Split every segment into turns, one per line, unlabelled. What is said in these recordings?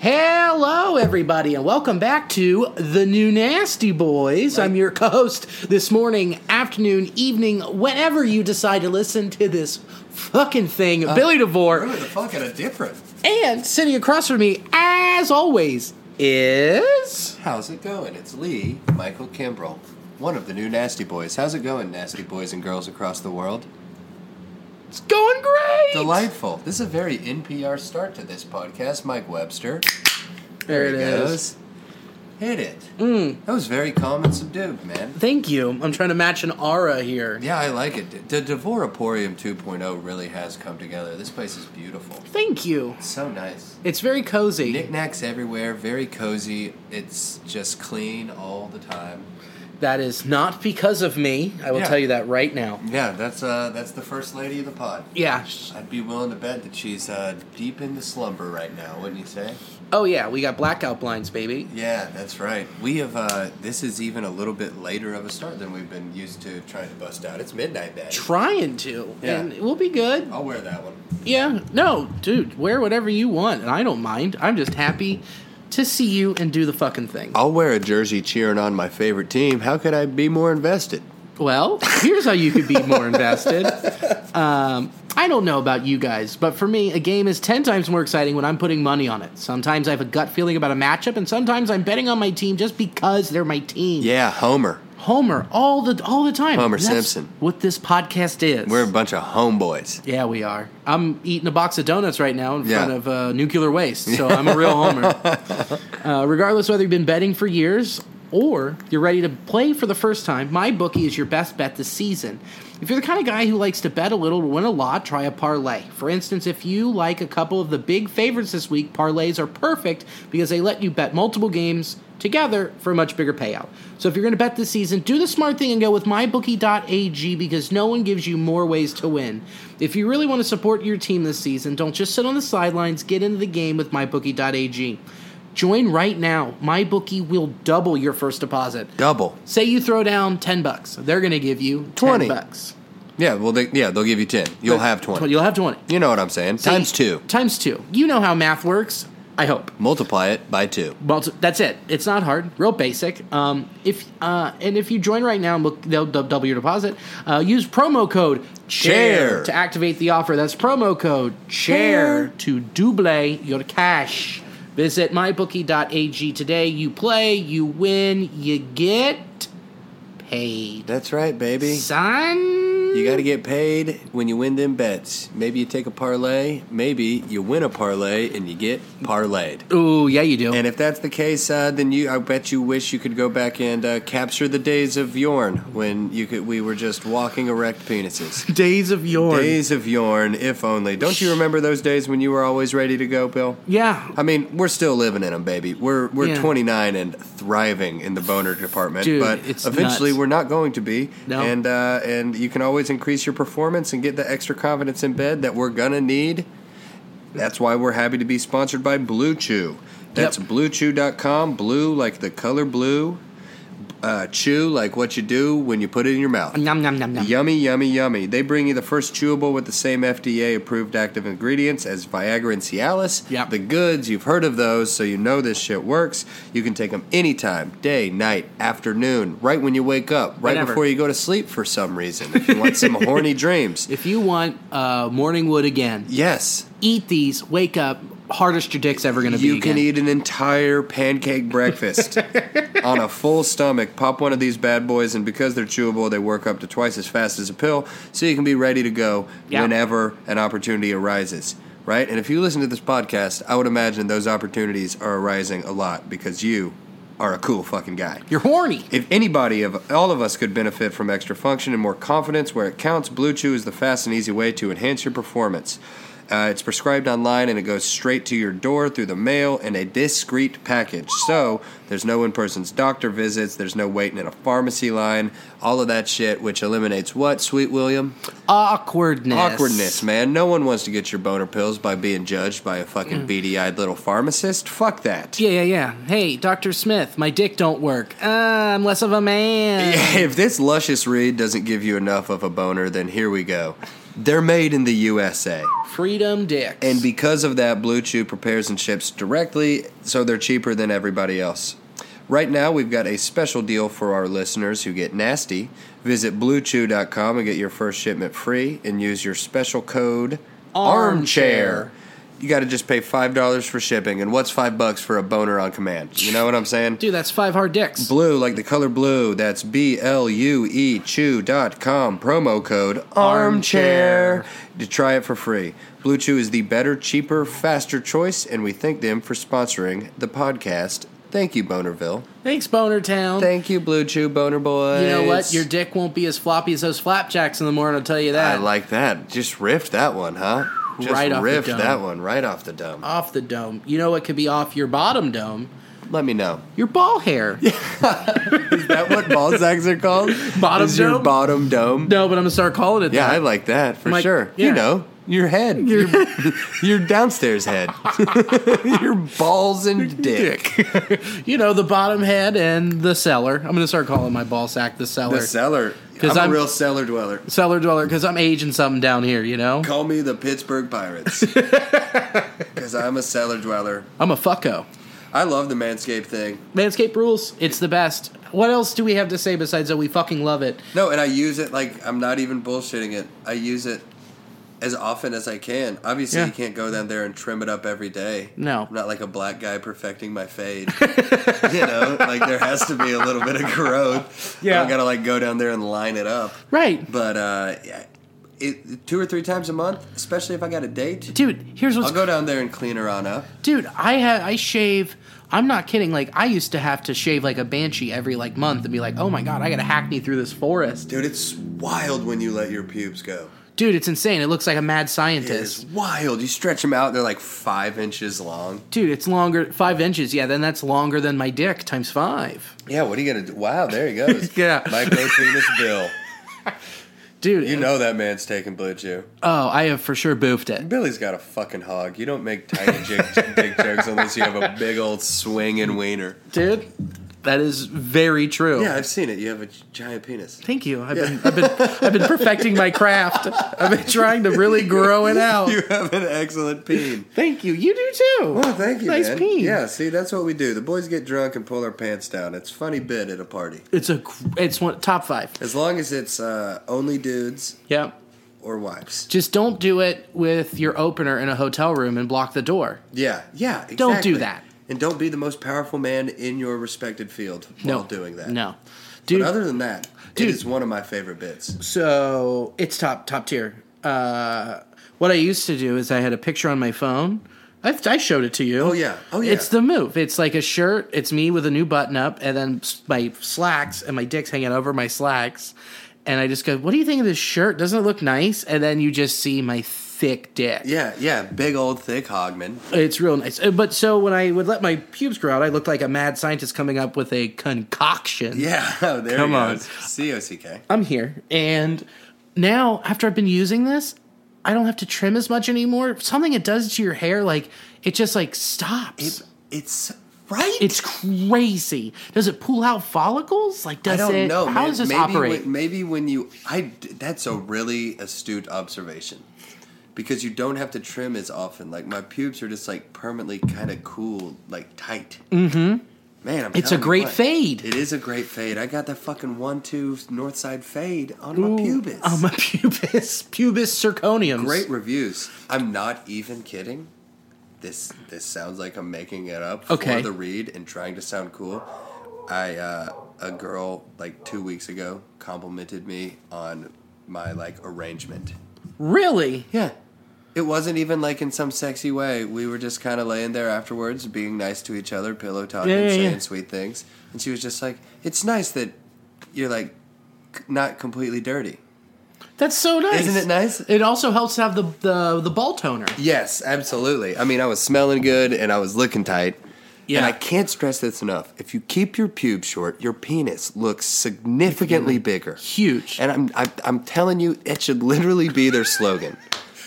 Hello, everybody, and welcome back to the New Nasty Boys. I'm your co host this morning, afternoon, evening, whenever you decide to listen to this fucking thing,
Uh.
Billy DeVore.
Really the fucking a different.
And sitting across from me, as always, is.
How's it going? It's Lee Michael Kimbrell, one of the new Nasty Boys. How's it going, Nasty Boys and girls across the world?
It's going great!
Delightful. This is a very NPR start to this podcast. Mike Webster.
There it
he
is. Mm.
Hit it. That was very calm and subdued, man.
Thank you. I'm trying to match an aura here.
Yeah, I like it. The Devoraporium 2.0 really has come together. This place is beautiful.
Thank you.
So nice.
It's very cozy.
Knickknacks everywhere, very cozy. It's just clean all the time.
That is not because of me. I will
Yeah.
tell you that right now.
Yeah, that's uh, that's the first lady of the pod.
Yeah.
I'd be willing to bet that she's uh, deep into slumber right now, wouldn't you say?
Oh, yeah, we got blackout blinds, baby.
Yeah, that's right. We have, uh, this is even a little bit later of a start than we've been used to trying to bust out. It's midnight, Daddy.
trying to,
Yeah.
and we'll be good.
I'll wear that one.
Yeah, no, dude, wear whatever you want, and I don't mind. I'm just happy to see you and do the fucking thing.
I'll wear a jersey cheering on my favorite team. How could I be more invested?
Well, here's how you could be more invested. Um, I don't know about you guys, but for me, a game is 10 times more exciting when I'm putting money on it. Sometimes I have a gut feeling about a matchup, and sometimes I'm betting on my team just because they're my team.
Yeah, Homer.
Homer, all the all the time.
Homer
That's
Simpson.
What this podcast is.
We're a bunch of homeboys.
Yeah, we are. I'm eating a box of donuts right now in
Yeah.
front of uh, nuclear waste, so I'm a real homer. uh, regardless whether you've been betting for years or you're ready to play for the first time, my bookie is your best bet this season. If you're the kind of guy who likes to bet a little to win a lot, try a parlay. For instance, if you like a couple of the big favorites this week, parlays are perfect because they let you bet multiple games together for a much bigger payout. So if you're going to bet this season, do the smart thing and go with mybookie.ag because no one gives you more ways to win. If you really want to support your team this season, don't just sit on the sidelines, get into the game with mybookie.ag. Join right now. MyBookie will double your first deposit.
Double.
Say you throw down 10 bucks. They're going to give you 10
20.
bucks.
Yeah, well, they, yeah, they'll give you 10. You'll have 20.
You'll have 20.
You know what I'm saying. Times
Say-
two.
Times 2. You know how math works. I hope.
Multiply it by two.
Well, it's- that's it. It's not hard. Real basic. Um, if uh, and if you join right now, look, they'll dou- double your deposit. Uh, use promo code
Chair.
to activate the offer. That's promo code chair
Chair.
to double your cash. Visit mybookie.ag today. You play, you win, you get paid.
That's right, baby.
Son,
You got to get paid when you win them bets. Maybe you take a parlay. Maybe you win a parlay and you get parlayed.
Ooh, yeah, you do.
And if that's the case, uh, then you, I bet you wish you could go back and uh, capture the days of Yorn when you could. We were just walking erect penises.
days of yours.
Days of Yorn, if only. Don't you remember those days when you were always ready to go, Bill?
Yeah,
I mean, we're still living in them, baby. We're we're
Yeah.
29 and thriving in the boner department,
Dude,
but
it's
eventually
nuts.
we're not going to be.
No.
And uh, and you can always increase your performance and get the extra confidence in bed that we're gonna need. That's why we're happy to be sponsored by Blue Chew. That's
Yep.
bluechew.com, blue like the color blue, uh, chew like what you do when you put it in your mouth.
Nom, nom, nom, nom.
Yummy, yummy, yummy. They bring you the first chewable with the same FDA approved active ingredients as Viagra and Cialis.
Yep.
The goods, you've heard of those, so you know this shit works. You can take them anytime day, night, afternoon, right when you wake up, right
Whenever.
before you go to sleep for some reason. If you want some horny dreams.
If you want uh, morning wood again,
Yes.
eat these, wake up, hardest your dick's ever going to be.
You can
again.
eat an entire pancake breakfast on a full stomach. Pop one of these bad boys, and because they're chewable, they work up to twice as fast as a pill, so you can be ready to go
Yeah.
whenever an opportunity arises. right? And if you listen to this podcast, I would imagine those opportunities are arising a lot because you are a cool fucking guy.
You're horny.
If anybody of all of us could benefit from extra function and more confidence where it counts, Blue Chew is the fast and easy way to enhance your performance. Uh, it's prescribed online and it goes straight to your door through the mail in a discreet package. So there's no in person's doctor visits, there's no waiting in a pharmacy line, all of that shit, which eliminates what, sweet William?
Awkwardness.
Awkwardness, man. No one wants to get your boner pills by being judged by a fucking beady eyed little pharmacist. Fuck that.
Yeah, yeah, yeah. Hey, Dr. Smith, my dick don't work. Uh, I'm less of a man.
Yeah, if this luscious read doesn't give you enough of a boner, then here we go. They're made in the USA.
Freedom dicks.
And because of that, Blue Chew prepares and ships directly, so they're cheaper than everybody else. Right now, we've got a special deal for our listeners who get nasty. Visit bluechew.com and get your first shipment free and use your special code
Armchair.
armchair. You got to just pay $5 for shipping. And what's 5 bucks for a boner on command? You know what I'm saying?
Dude, that's five hard dicks.
Blue, like the color blue. That's B L U E Chew.com. Promo code
Armchair.
armchair to try it for free. Blue Chew is the better, cheaper, faster choice, and we thank them for sponsoring the podcast. Thank you, Bonerville.
Thanks, Boner Town.
Thank you, Blue Chew Boner Boys.
you know what? Your dick won't be as floppy as those flapjacks in the morning, I'll tell you
I
that.
like that. Just riffed that one, huh? Just
Right off the
riffed
dome.
that one right off the dome.
off the dome. You know what could be off your bottom dome?
Let me know.
Your ball hair.
Is that what ball sacks are called?
Bottom
Is your
dome?
bottom dome?
No, but I'm gonna start calling it
Yeah,
that.
I like that for
Like,
sure.
yeah.
You know, your head, your, your downstairs head, your balls and dick.
you know, the bottom head and the cellar. I'm gonna start calling my ball sack the cellar.
The cellar.
'Cause
I'm,
I'm-
a real cellar dweller.
cellar dweller, because I'm aging something down here, you know?
Call me the Pittsburgh Pirates because I'm a cellar dweller.
I'm a fucko.
I love the Manscaped thing.
Manscaped rules. It's the best. What else do we have to say besides that we fucking love it?
No, and I use it like I'm not even bullshitting it. I use it as often as I can. Obviously,
Yeah.
you can't go down there and trim it up every day.
No.
I'm not like a black guy perfecting my fade. you know, like there has to be a little bit of growth.
Yeah.
I gotta like go down there and line it up.
Right.
But uh, yeah, it, two or three times a month, especially if I got a date,
Dude, here's what's
I'll go down there and clean her on up.
dude i had i shave i'm not kidding like i used to have to shave like a banshee every like month and be like oh my god i gotta hackney through this forest
Dude, it's wild when you let your pubes go.
dude it's insane it looks like a mad
It is
scientist
wild. You stretch them out; they're like five inches long.
dude it's longer five inches yeah then that's longer than my dick times five
Yeah, what are you gonna do? Wow, there he goes.
Yeah.
Micro penis Bill.
dude
You know that man's taking blue chew.
oh i have for sure boofed it
Billy's got a fucking hog. You don't make tiny jig- dick jokes unless you have a big old swinging wiener.
dude that is very true
Yeah, I've seen it. You have a giant penis.
Thank you. I've been, I've been, I've been perfecting my craft. I've been trying to really grow it out.
You have an excellent peen.
Thank you. You do too.
Well, Oh, thank you,
Nice
man.
peen.
Yeah, see, that's what we do. The boys get drunk and pull our pants down. It's a funny bit at a party.
It's a, gr- it's one top five.
As long as it's uh, only dudes
Yeah.
or wives.
Just don't do it with your opener in a hotel room and block the door.
Yeah, yeah. Exactly.
Don't do that.
And don't be the most powerful man in your respected field
No
while doing that.
No,
But
dude.
other than that,
Dude.
it is one of my favorite bits.
so it's top top tier. Uh, what I used to do is I had a picture on my phone. I've, I showed it to you.
Oh, yeah. Oh, yeah.
It's the move. It's like a shirt. It's me with a new button up, and then s- my slacks and my dick's hanging over my slacks. And I just go, "What do you think of this shirt? Doesn't it look nice?" And then you just see my thick dick.
Yeah, yeah. Big old thick hogman.
It's real nice. Uh, But so when I would let my pubes grow out, I looked like a mad scientist coming up with a concoction.
Yeah, oh, there
Come
he
on.
goes. C O C K.
I'm here. And now, after I've been using this, I don't have to trim as much anymore. Something it does to your hair, like, it just, like, stops.
It's right.
it's crazy. Does it pull out follicles? Like, does
I don't
it?
know.
how
man.
does this
maybe
operate?
When, maybe when you, I d- that's a really astute observation because you don't have to trim as often. Like my pubes are just like permanently kind of cool, like tight. Mm-hmm. Man, I'm
It's a
telling you
great
what,
fade.
It is a great fade. I got that fucking one two north side fade on my pubis.
I'm a pubis, pubis zirconium.
great reviews. I'm not even kidding. This this sounds like I'm making it up
Okay.
for the read and trying to sound cool. I uh, a girl like two weeks ago complimented me on my like arrangement.
Really?
Yeah. It wasn't even like in some sexy way. We were just kind of laying there afterwards, being nice to each other, pillow talking,
Yeah, yeah,
saying
yeah.
sweet things. And she was just like, "It's nice that you're like c- not completely dirty."
That's so nice.
Isn't it nice?
It also helps to have the the, the ball toner.
Yes, absolutely. I mean, I was smelling good and I was looking tight.
Yeah.
And I can't stress this enough. If you keep your pubes short, your penis looks significantly bigger.
Huge.
And I'm, I'm, I'm telling you, it should literally be their slogan.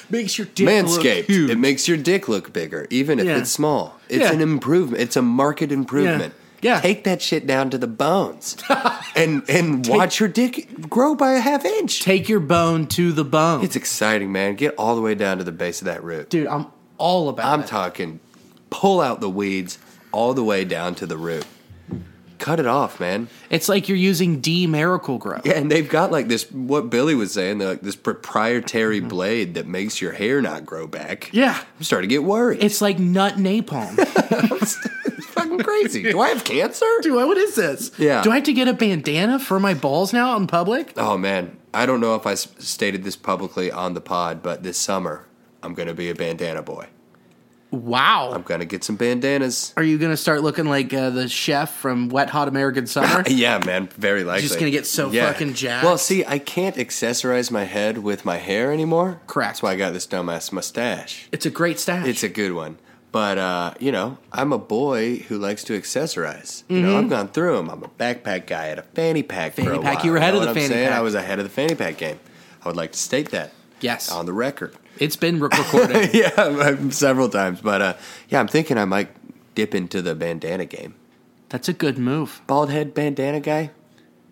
makes your dick
Manscaped.
look huge.
It makes your dick look bigger, even if
Yeah.
it's small. It's
Yeah.
an improvement. It's a market improvement.
Yeah. Yeah.
Take that shit down to the bones, and and watch your dick grow by a half inch.
Take your bone to the bone.
it's exciting, man. Get all the way down to the base of that root.
Dude, I'm all about
I'm
it.
talking, pull out the weeds all the way down to the root. Cut it off, man.
It's like you're using D Miracle Grow.
Yeah, and they've got like this. What Billy was saying, they're like this proprietary blade that makes your hair not grow back.
Yeah.
I'm starting to get worried.
It's like nut napalm.
fucking crazy. Do I have cancer?
Dude, what is this?
Yeah.
Do I have to get a bandana for my balls now out in public?
Oh man, I don't know if I s- stated this publicly on the pod, but this summer I'm gonna be a bandana boy.
Wow.
I'm gonna get some bandanas.
Are you going to start looking like uh, the chef from Wet Hot American Summer?
Yeah, man, very likely.
Just gonna get so fucking jacked.
Well, see, I can't accessorize my head with my hair anymore.
Correct.
That's why I got this dumbass mustache.
it's a great stash.
It's a good one. But uh, you know, I'm a boy who likes to accessorize. You know, I've gone through them. I'm a backpack guy at a fanny pack. for
Mm-hmm. Fanny
a
pack,
while.
you were ahead
know
of the
what I'm
fanny
saying?
pack.
I was ahead of the fanny pack game. I would like to state that.
Yes.
on the record.
it's been rec- recorded.
yeah, I'm- several times. But uh, yeah, I'm thinking I might dip into the bandana game.
That's a good move.
Bald head bandana guy.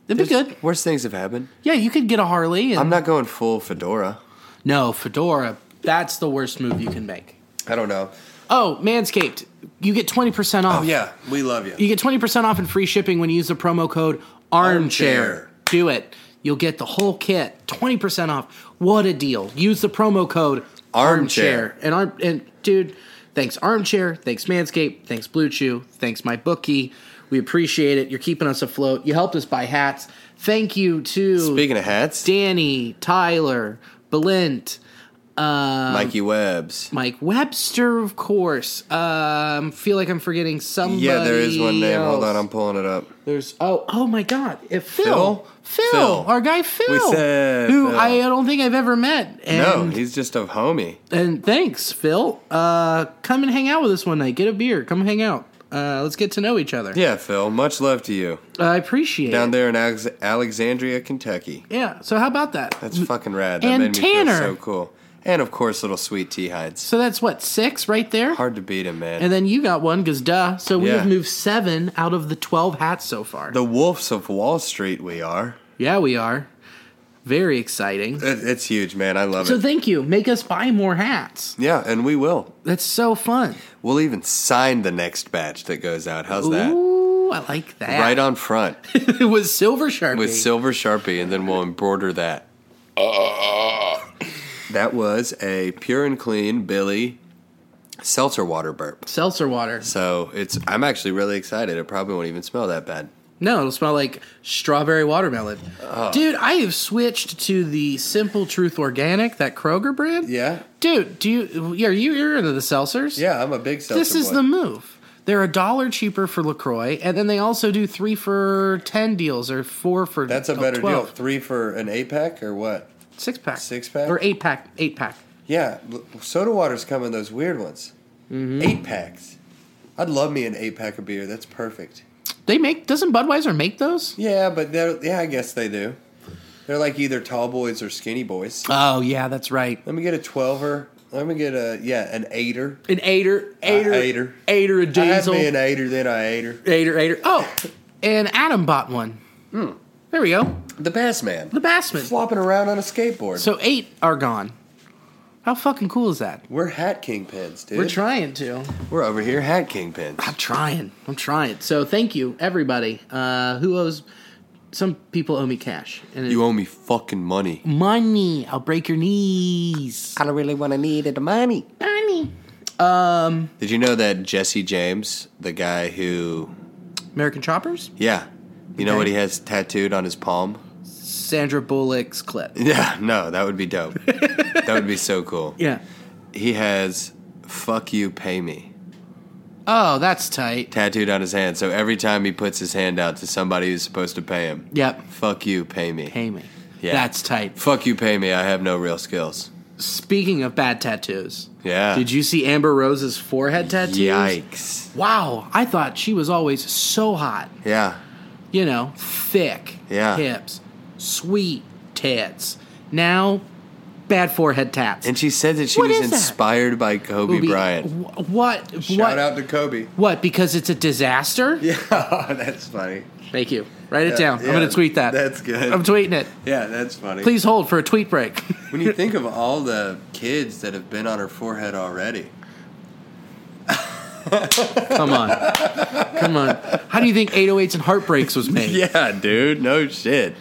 That'd be
There's-
good.
Worst things have happened.
Yeah, you could get a Harley. And,
I'm not going full fedora.
no, Fedora. That's the worst move you can make.
I don't know.
Oh, Manscaped. You get 20% off.
Oh yeah, we love you.
You get 20% off and free shipping when you use the promo code armchair.
Armchair.
Do it. You'll get the whole kit 20% off. What a deal. Use the promo code
Armchair.
And arm and dude, thanks armchair, thanks Manscaped, thanks Blue Chew, thanks my bookie. We appreciate it. You're keeping us afloat. You helped us buy hats. Thank you to
Speaking of hats,
Danny, Tyler, Belint,
Mikey Webbs.
Mike Webster, of course. Um, feel like I'm forgetting somebody.
Yeah, there is one name. Hold
else.
on, I'm pulling it up.
There's oh oh my god, if Phil,
Phil?
Phil,
Phil.
our guy Phil,
We said
who
Phil.
I don't think I've ever met.
No,
And,
he's just a homie.
and thanks, Phil. Uh, come and hang out with us one night. Get a beer. Come hang out. Uh, let's get to know each other.
Yeah, Phil. Much love to you
I appreciate
down
it.
there in Alex- Alexandria, Kentucky.
Yeah. So how about that?
That's fucking rad. That
And
made me
Tanner.
feel so cool. And of course, little sweet tea hides.
so that's what six right there.
Hard to beat him, man.
And then you got one because duh. So we
Yeah.
have moved seven out of the twelve hats so far.
the wolves of Wall Street, we are.
yeah, we are. Very exciting.
It, it's huge, man. I love
So
it.
thank you. Make us buy more hats.
yeah, and we will.
That's so fun.
We'll even sign the next batch that goes out. How's that?
Ooh, I like that.
Right on front
it was silver sharpie.
with silver sharpie, and then we'll embroider that. Ah. that was a pure and clean Billy seltzer water burp.
seltzer water.
So it's I'm actually really excited. It probably won't even smell that bad.
No, it'll smell like strawberry watermelon. Dude, I have switched to the Simple Truth Organic, that Kroger brand.
Yeah.
Dude, do you? Yeah, are you you're into the seltzers?
Yeah, I'm a big seltzer.
This is the move. They're a dollar cheaper for Lacroix, and then they also do three for ten deals or four for
That's a better deal. Three for an eight pack or what?
Six pack,
Six pack?
or eight pack, eight pack.
Yeah, l- soda water's coming. Those weird ones.
Mm-hmm.
Eight packs. I'd love me an eight pack of beer. That's perfect.
They make doesn't Budweiser make those?
Yeah, but they're yeah, I guess they do. They're like either tall boys or skinny boys.
Oh yeah, that's right.
Let me get a twelver. Let me get a yeah, an eighter.
An eighter, eighter,
eighter.
eighter, a
Uh, I had
diesel.
me an eighter, then I ate her.
Aider, Aider. Oh, and Adam bought one. There we go.
The bass man.
The Bassman.
Flopping around on a skateboard.
So eight are gone. How fucking cool is that?
We're hat kingpins, dude.
We're trying to.
We're over here hat kingpins.
I'm trying. I'm trying. So thank you, everybody. Uh, who owes? Some people owe me cash. And it-
You owe me fucking money.
money. I'll break your knees.
I don't really want to need the money.
Money. Um,
Did you know that Jesse James, the guy who,
American Choppers.
yeah, you know
Okay.
what he has tattooed on his palm?
Sandra Bullock's clip.
Yeah, no, that would be dope. that would be so cool.
Yeah.
he has "fuck you, pay me"
Oh, that's tight.
tattooed on his hand. So every time he puts his hand out to somebody who's supposed to pay him,
Yep.
"fuck you, pay me."
Pay me.
Yeah.
That's tight.
Fuck you, pay me. I have no real skills.
Speaking of bad tattoos,
Yeah.
did you see Amber Rose's forehead tattoos?
Yikes.
Wow, I thought she was always so hot.
Yeah.
You know, thick
Yeah.
hips, sweet tits. Now, bad forehead tats.
And she said that she
What
was
is that?
inspired by Kobe
Booby,
Bryant.
wh- What? what?
to Kobe.
What? Because it's a disaster.
Yeah, that's funny.
Thank you. Write it
Yeah,
down. I'm
yeah,
going to tweet that.
that's good.
I'm tweeting it.
Yeah, that's funny.
Please hold for a tweet break.
When you think of all the kids that have been on her forehead already,
Come on. Come on. How do you think 808s and Heartbreaks was made?
Yeah, dude. No shit.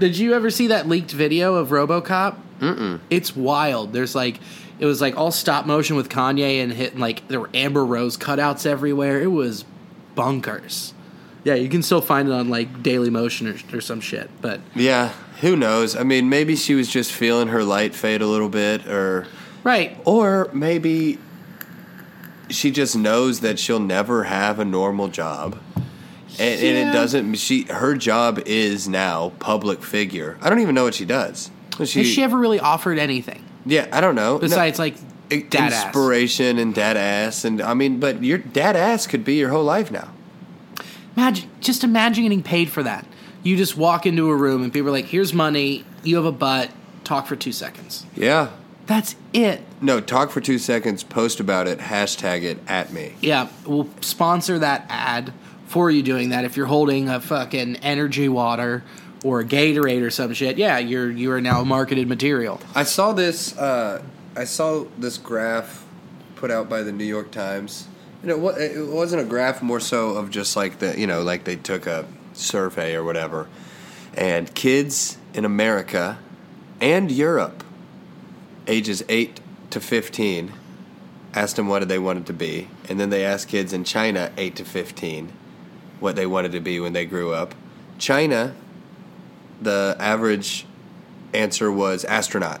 Did you ever see that leaked video of RoboCop? Mm-mm. It's wild. There's like, it was like all stop motion with Kanye and hitting like there were Amber Rose cutouts everywhere. It was bunkers. Yeah, you can still find it on like Daily Motion or, or some shit. But
Yeah, who knows? I mean, maybe she was just feeling her light fade a little bit, or
right,
or maybe she just knows that she'll never have a normal job. And, and
Yeah.
it doesn't. She her job is now public figure. I don't even know what she does. She,
has she ever really offered anything
yeah, I don't know. No,
besides like
i-
dad ass?
inspiration and dad ass, and I mean, but your dad ass could be your whole life now.
Imagine, just imagine getting paid for that. You just walk into a room and people are like, "Here's money. You have a butt. Talk for two seconds.
Yeah.
That's it.
No, talk for two seconds, post about it, hashtag it at me.
Yeah, we'll sponsor that ad for you doing that. If you're holding a fucking energy water or a Gatorade or some shit, yeah, you're you are now marketed material.
I saw this. Uh, I saw this graph put out by the New York Times, and it, wa- it wasn't a graph, more so of just like the you know, like they took a survey or whatever, and kids in America and Europe, ages eight to fifteen, asked them what they wanted to be, and then they asked kids in China, eight to fifteen, what they wanted to be when they grew up. China, the average answer was astronaut.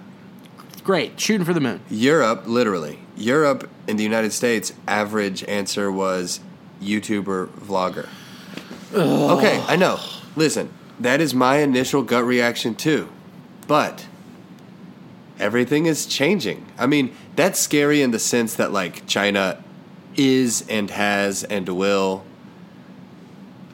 Great, shooting for the moon.
Europe, literally. Europe and the United States, average answer was YouTuber, vlogger. Okay, I know. Listen, that is my initial gut reaction too. But everything is changing. I mean, that's scary in the sense that, like, China is and has and will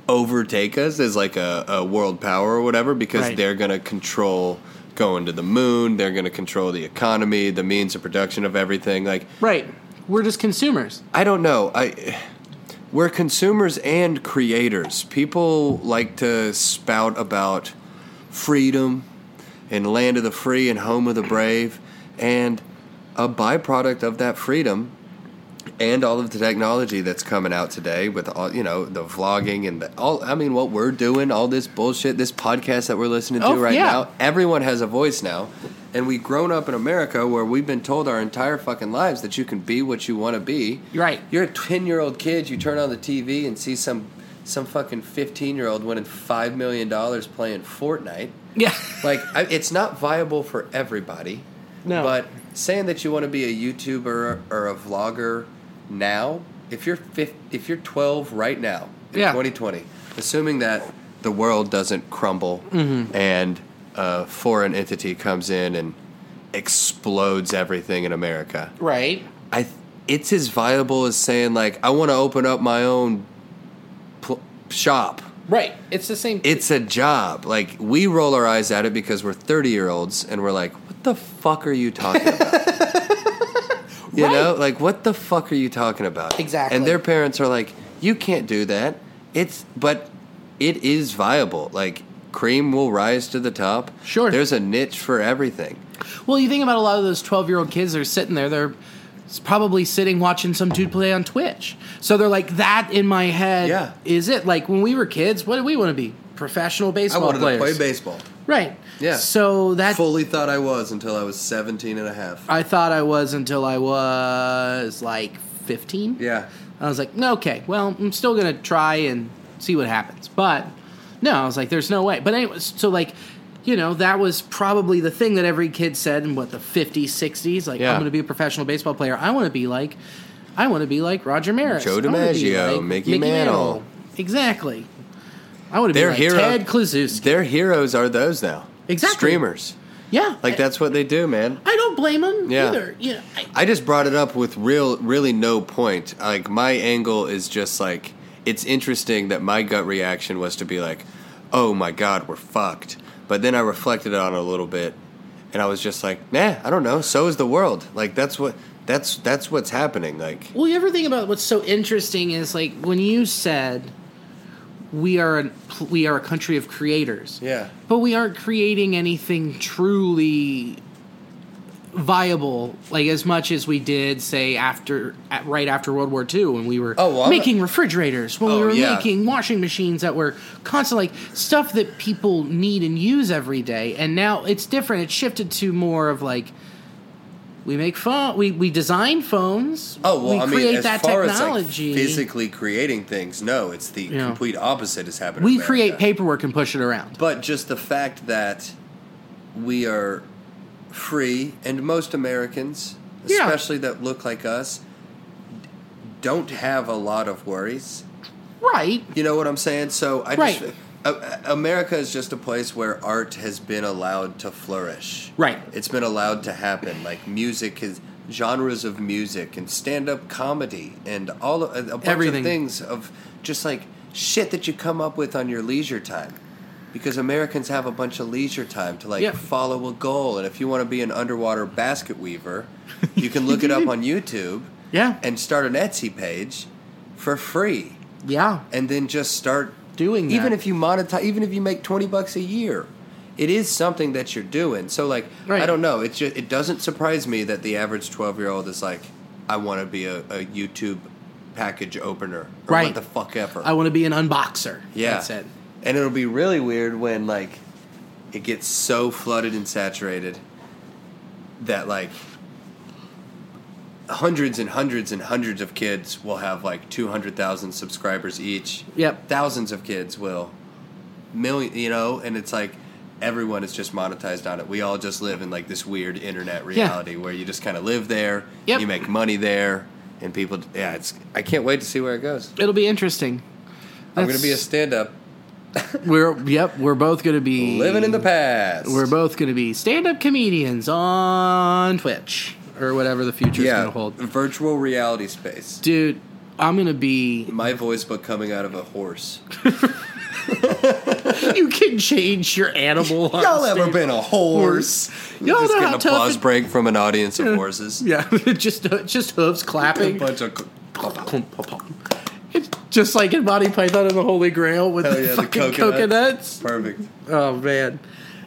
overtake us as like a, a world power or whatever because
Right.
they're going to control going to the moon they're going to control the economy the means of production of everything like
Right, we're just consumers.
i don't know i we're consumers and creators people like to spout about freedom and land of the free and home of the brave and a byproduct of that freedom and all of the technology that's coming out today with all you know the vlogging and the, all I mean what we're doing all this bullshit this podcast that we're listening to
Oh,
right
yeah.
now everyone has a voice now and we've grown up in America where we've been told our entire fucking lives that you can be what you want to be
Right.
you're a 10 year old kid you turn on the TV and see some some fucking 15 year old winning 5 million dollars playing Fortnite
Yeah,
like I, it's not viable for everybody
No.
but saying that you want to be a youtuber or a vlogger now if you're fif- if you're 12 right now in
Yeah.
2020 assuming that the world doesn't crumble
Mm-hmm.
and a foreign entity comes in and explodes everything in america
right.
I th- it's as viable as saying like I want to open up my own pl- shop.
Right, it's the same.
It's a job. Like we roll our eyes at it because we're 30 year olds and we're like, what the fuck are you talking about? you know, like what the fuck are you talking about?
Exactly.
And their parents are like, you can't do that. It's but it is viable. Like cream will rise to the top.
Sure.
There's a niche for everything.
Well, you think about a lot of those 12 year old kids that are sitting there, they're s- probably sitting watching some dude play on Twitch. So they're like, that in my head
Yeah.
is it. Like when we were kids, what did we want to be? Professional baseball players.
baseball.
right.
Yeah.
So that
fully thought I was until I was 17 and a half.
I thought I was until I was like 15.
Yeah.
I was like, no, okay, well, I'm still gonna try and see what happens. But no, I was like, there's no way. But anyway, so like, you know, that was probably the thing that every kid said in what the 50s, 60s. Like,
Yeah.
I'm going to be a professional baseball player. I want to be like, I want to be like Roger Maris,
Joe
I wanna be
DiMaggio, Mickey Mantle.
Exactly. I want to be
Their
like
hero-
Ted Kluszewski.
Their heroes are those now.
Exactly.
Streamers.
Yeah,
Like that's what they do, man.
I don't blame him
Yeah.
either. You know, I,
I just brought it up with real, really no point. Like my angle is just like it's interesting that my gut reaction was to be like, "Oh my god, we're fucked." But then I reflected on it a little bit, and I was just like, "Nah, I don't know. So is the world. Like that's what that's that's what's happening. Like
Well, you ever think about what's so interesting is like when you said we are a we are a country of creators.
Yeah.
But we aren't creating anything truly viable like as much as we did say after at, right after World War II when we were
Oh, well, I'm
making refrigerators when we
Oh,
were
yeah.
making washing machines that were constant like stuff that people need and use every day and now it's different it's shifted to more of like we make phone. We we design phones.
Oh well,
we
I mean, as far as like physically creating things, no, it's the
Yeah.
complete opposite is happening. in
we
America.
create paperwork and push it around.
but just the fact that we are free, and most Americans,
Yeah.
especially that look like us, d- don't have a lot of worries.
Right.
You know what I'm saying? So I
Right.
just. A- a- America is just a place where art has been allowed to flourish.
Right.
It's been allowed to happen. Like music is genres of music and stand-up comedy and all of, a bunch
Everything.
of things of just like shit that you come up with on your leisure time. Because Americans have a bunch of leisure time to like
Yeah.
follow a goal and if you want to be an underwater basket weaver, you can look it up on YouTube
Yeah.
and start an Etsy page for free
Yeah.
and then just start
Doing
even
that.
if you monetize even if you make 20 bucks a year it is something that you're doing so like i
Right.
don't know it's just it doesn't surprise me that the average 12 year old is like i want to be a, a youtube package opener or
Right.
what the fuck ever
I want to be an unboxer.
yeah
That's it.
and it'll be really weird when like it gets so flooded and saturated that like hundreds and hundreds and hundreds of kids will have like 200,000 subscribers each.
Yep.
Thousands of kids will. Million, you know, and it's like everyone is just monetized on it. We all just live in like this weird internet reality where you just kind of live there,
Yep.
you make money there, and people yeah, it's I can't wait to see where it goes.
It'll be interesting.
I'm going to be a stand up
we're yep. We're both gonna be
living in the past.
We're both gonna be stand-up comedians on Twitch or whatever the future's
yeah,
gonna hold.
virtual reality space.
Dude, I'm gonna be.
My voice, but coming out of a horse.
you can change your animal. on
Y'all ever
stage.
been a horse?
Y'all
just
know
get an
how tough
applause
it-
break from an audience of horses.
Yeah, just just hooves
A
clapping.
bunch of
It's just like in Monty Python and the Holy Grail with
Hell
the
yeah, the
fucking coconuts.
coconuts. perfect.
Oh man,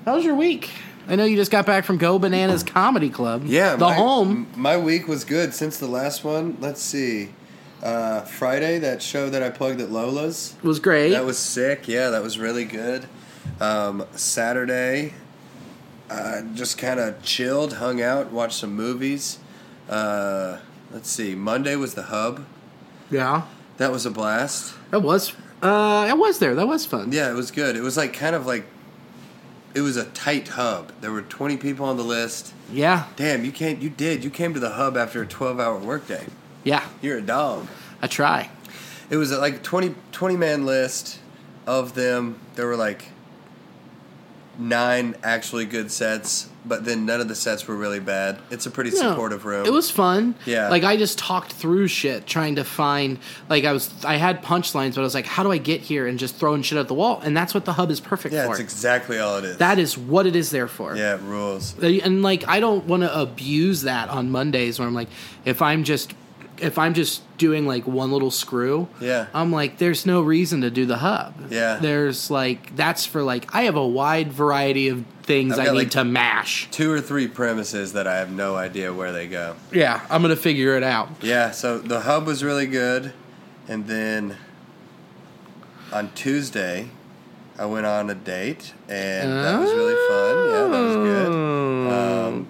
how was your week? I know you just got back from Go Bananas Comedy Club.
Yeah,
the
my,
home.
m- My week was good since the last one. Let's see. Uh, Friday, that show that I plugged at Lola's.
was great.
That was sick. Yeah, that was really good. Um, Saturday, I just kind of chilled, hung out, watched some movies. Uh, let's see. Monday was the hub.
yeah,
That was a blast.
that was. Uh, I was there. That was fun.
Yeah, it was good. It was like kind of like it was a tight hub. There were 20 people on the list.
yeah,
Damn, you can't. You did. You came to the hub after a 12-hour workday.
yeah.
You're a dog.
I try.
It was like 20 20 man list of them. There were like nine actually good sets, but then none of the sets were really bad. It's a pretty
No,
supportive room.
It was fun.
Yeah.
Like I just talked through shit, trying to find like I was I had punchlines, but I was like, how do I get here? And just throwing shit at the wall. And that's what the hub is perfect
yeah,
for.
it's exactly all it is.
that is what it is there for.
yeah, it rules.
and like i don't want to abuse that on mondays where i'm like if i'm just if i'm just doing like one little screw
Yeah.
i'm like there's no reason to do the hub
Yeah.
there's like that's for like i have a wide variety of things
I've
i
got,
need
like-
to mash
Two or three premises that I have no idea where they go.
yeah i'm gonna figure it out
Yeah, so the hub was really good, and then on Tuesday, I went on a date, and that was really fun. Yeah, that was
Oh. Hmm.
good. Um,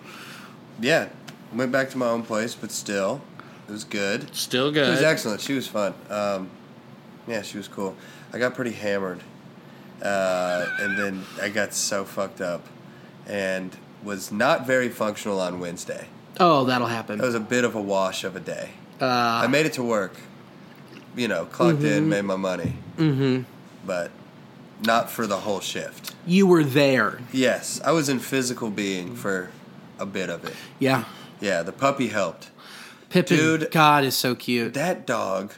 yeah, went back to my own place, but still, it was good.
still
She
good
was excellent. She was fun. Um, yeah, she was cool. I got pretty hammered, uh, and then I got so fucked up and was not very functional on Wednesday.
Oh, that'll happen.
It was a bit of a wash of a day. I made it to work, you know, clocked in, made my money, mm-hmm. but not for the whole shift.
you were there.
Yes, I was in physical being for a bit of it.
Yeah.
Yeah, the puppy helped.
Pippin,
Dude.
God is so cute.
That dog,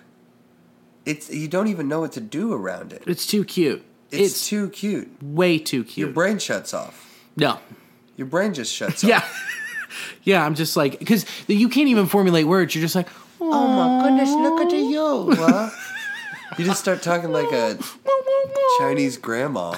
it's you don't even know what to do around it.
It's too cute.
It's,
It's,
too cute.
way too cute.
Your brain shuts off.
no.
Your brain just shuts off.
Yeah. yeah, I'm just like, because you can't even formulate words. You're just like,
Oh my goodness, look at you. Huh? you just start talking like a Chinese grandma.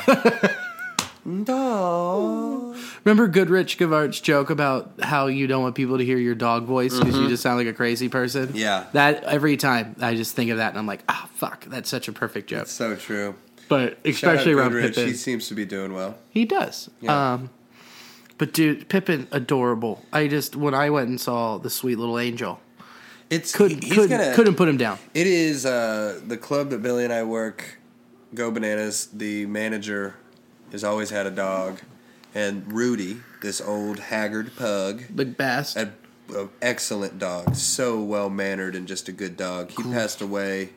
no.
Remember Goodrich Gavart's joke about how you don't want people to hear your dog voice because you just sound like a crazy person?
Mm-hmm. Yeah.
That every time I just think of that and I'm like, ah, fuck, that's such a perfect joke.
So true.
But
Shout out
especially around
Goodrich,
Pippin.
He seems to be doing well.
He does.
Yeah.
Um, but dude, Pippin, adorable. I just, when I went and saw the sweet little angel,
It's
couldn't,
he-
couldn't, couldn't put him down.
It is uh, the club that Billy and I work. Go Bananas. The manager has always had a dog, and Rudy, this old haggard pug,
The best.
an excellent dog, so well mannered and just a good dog. He passed away,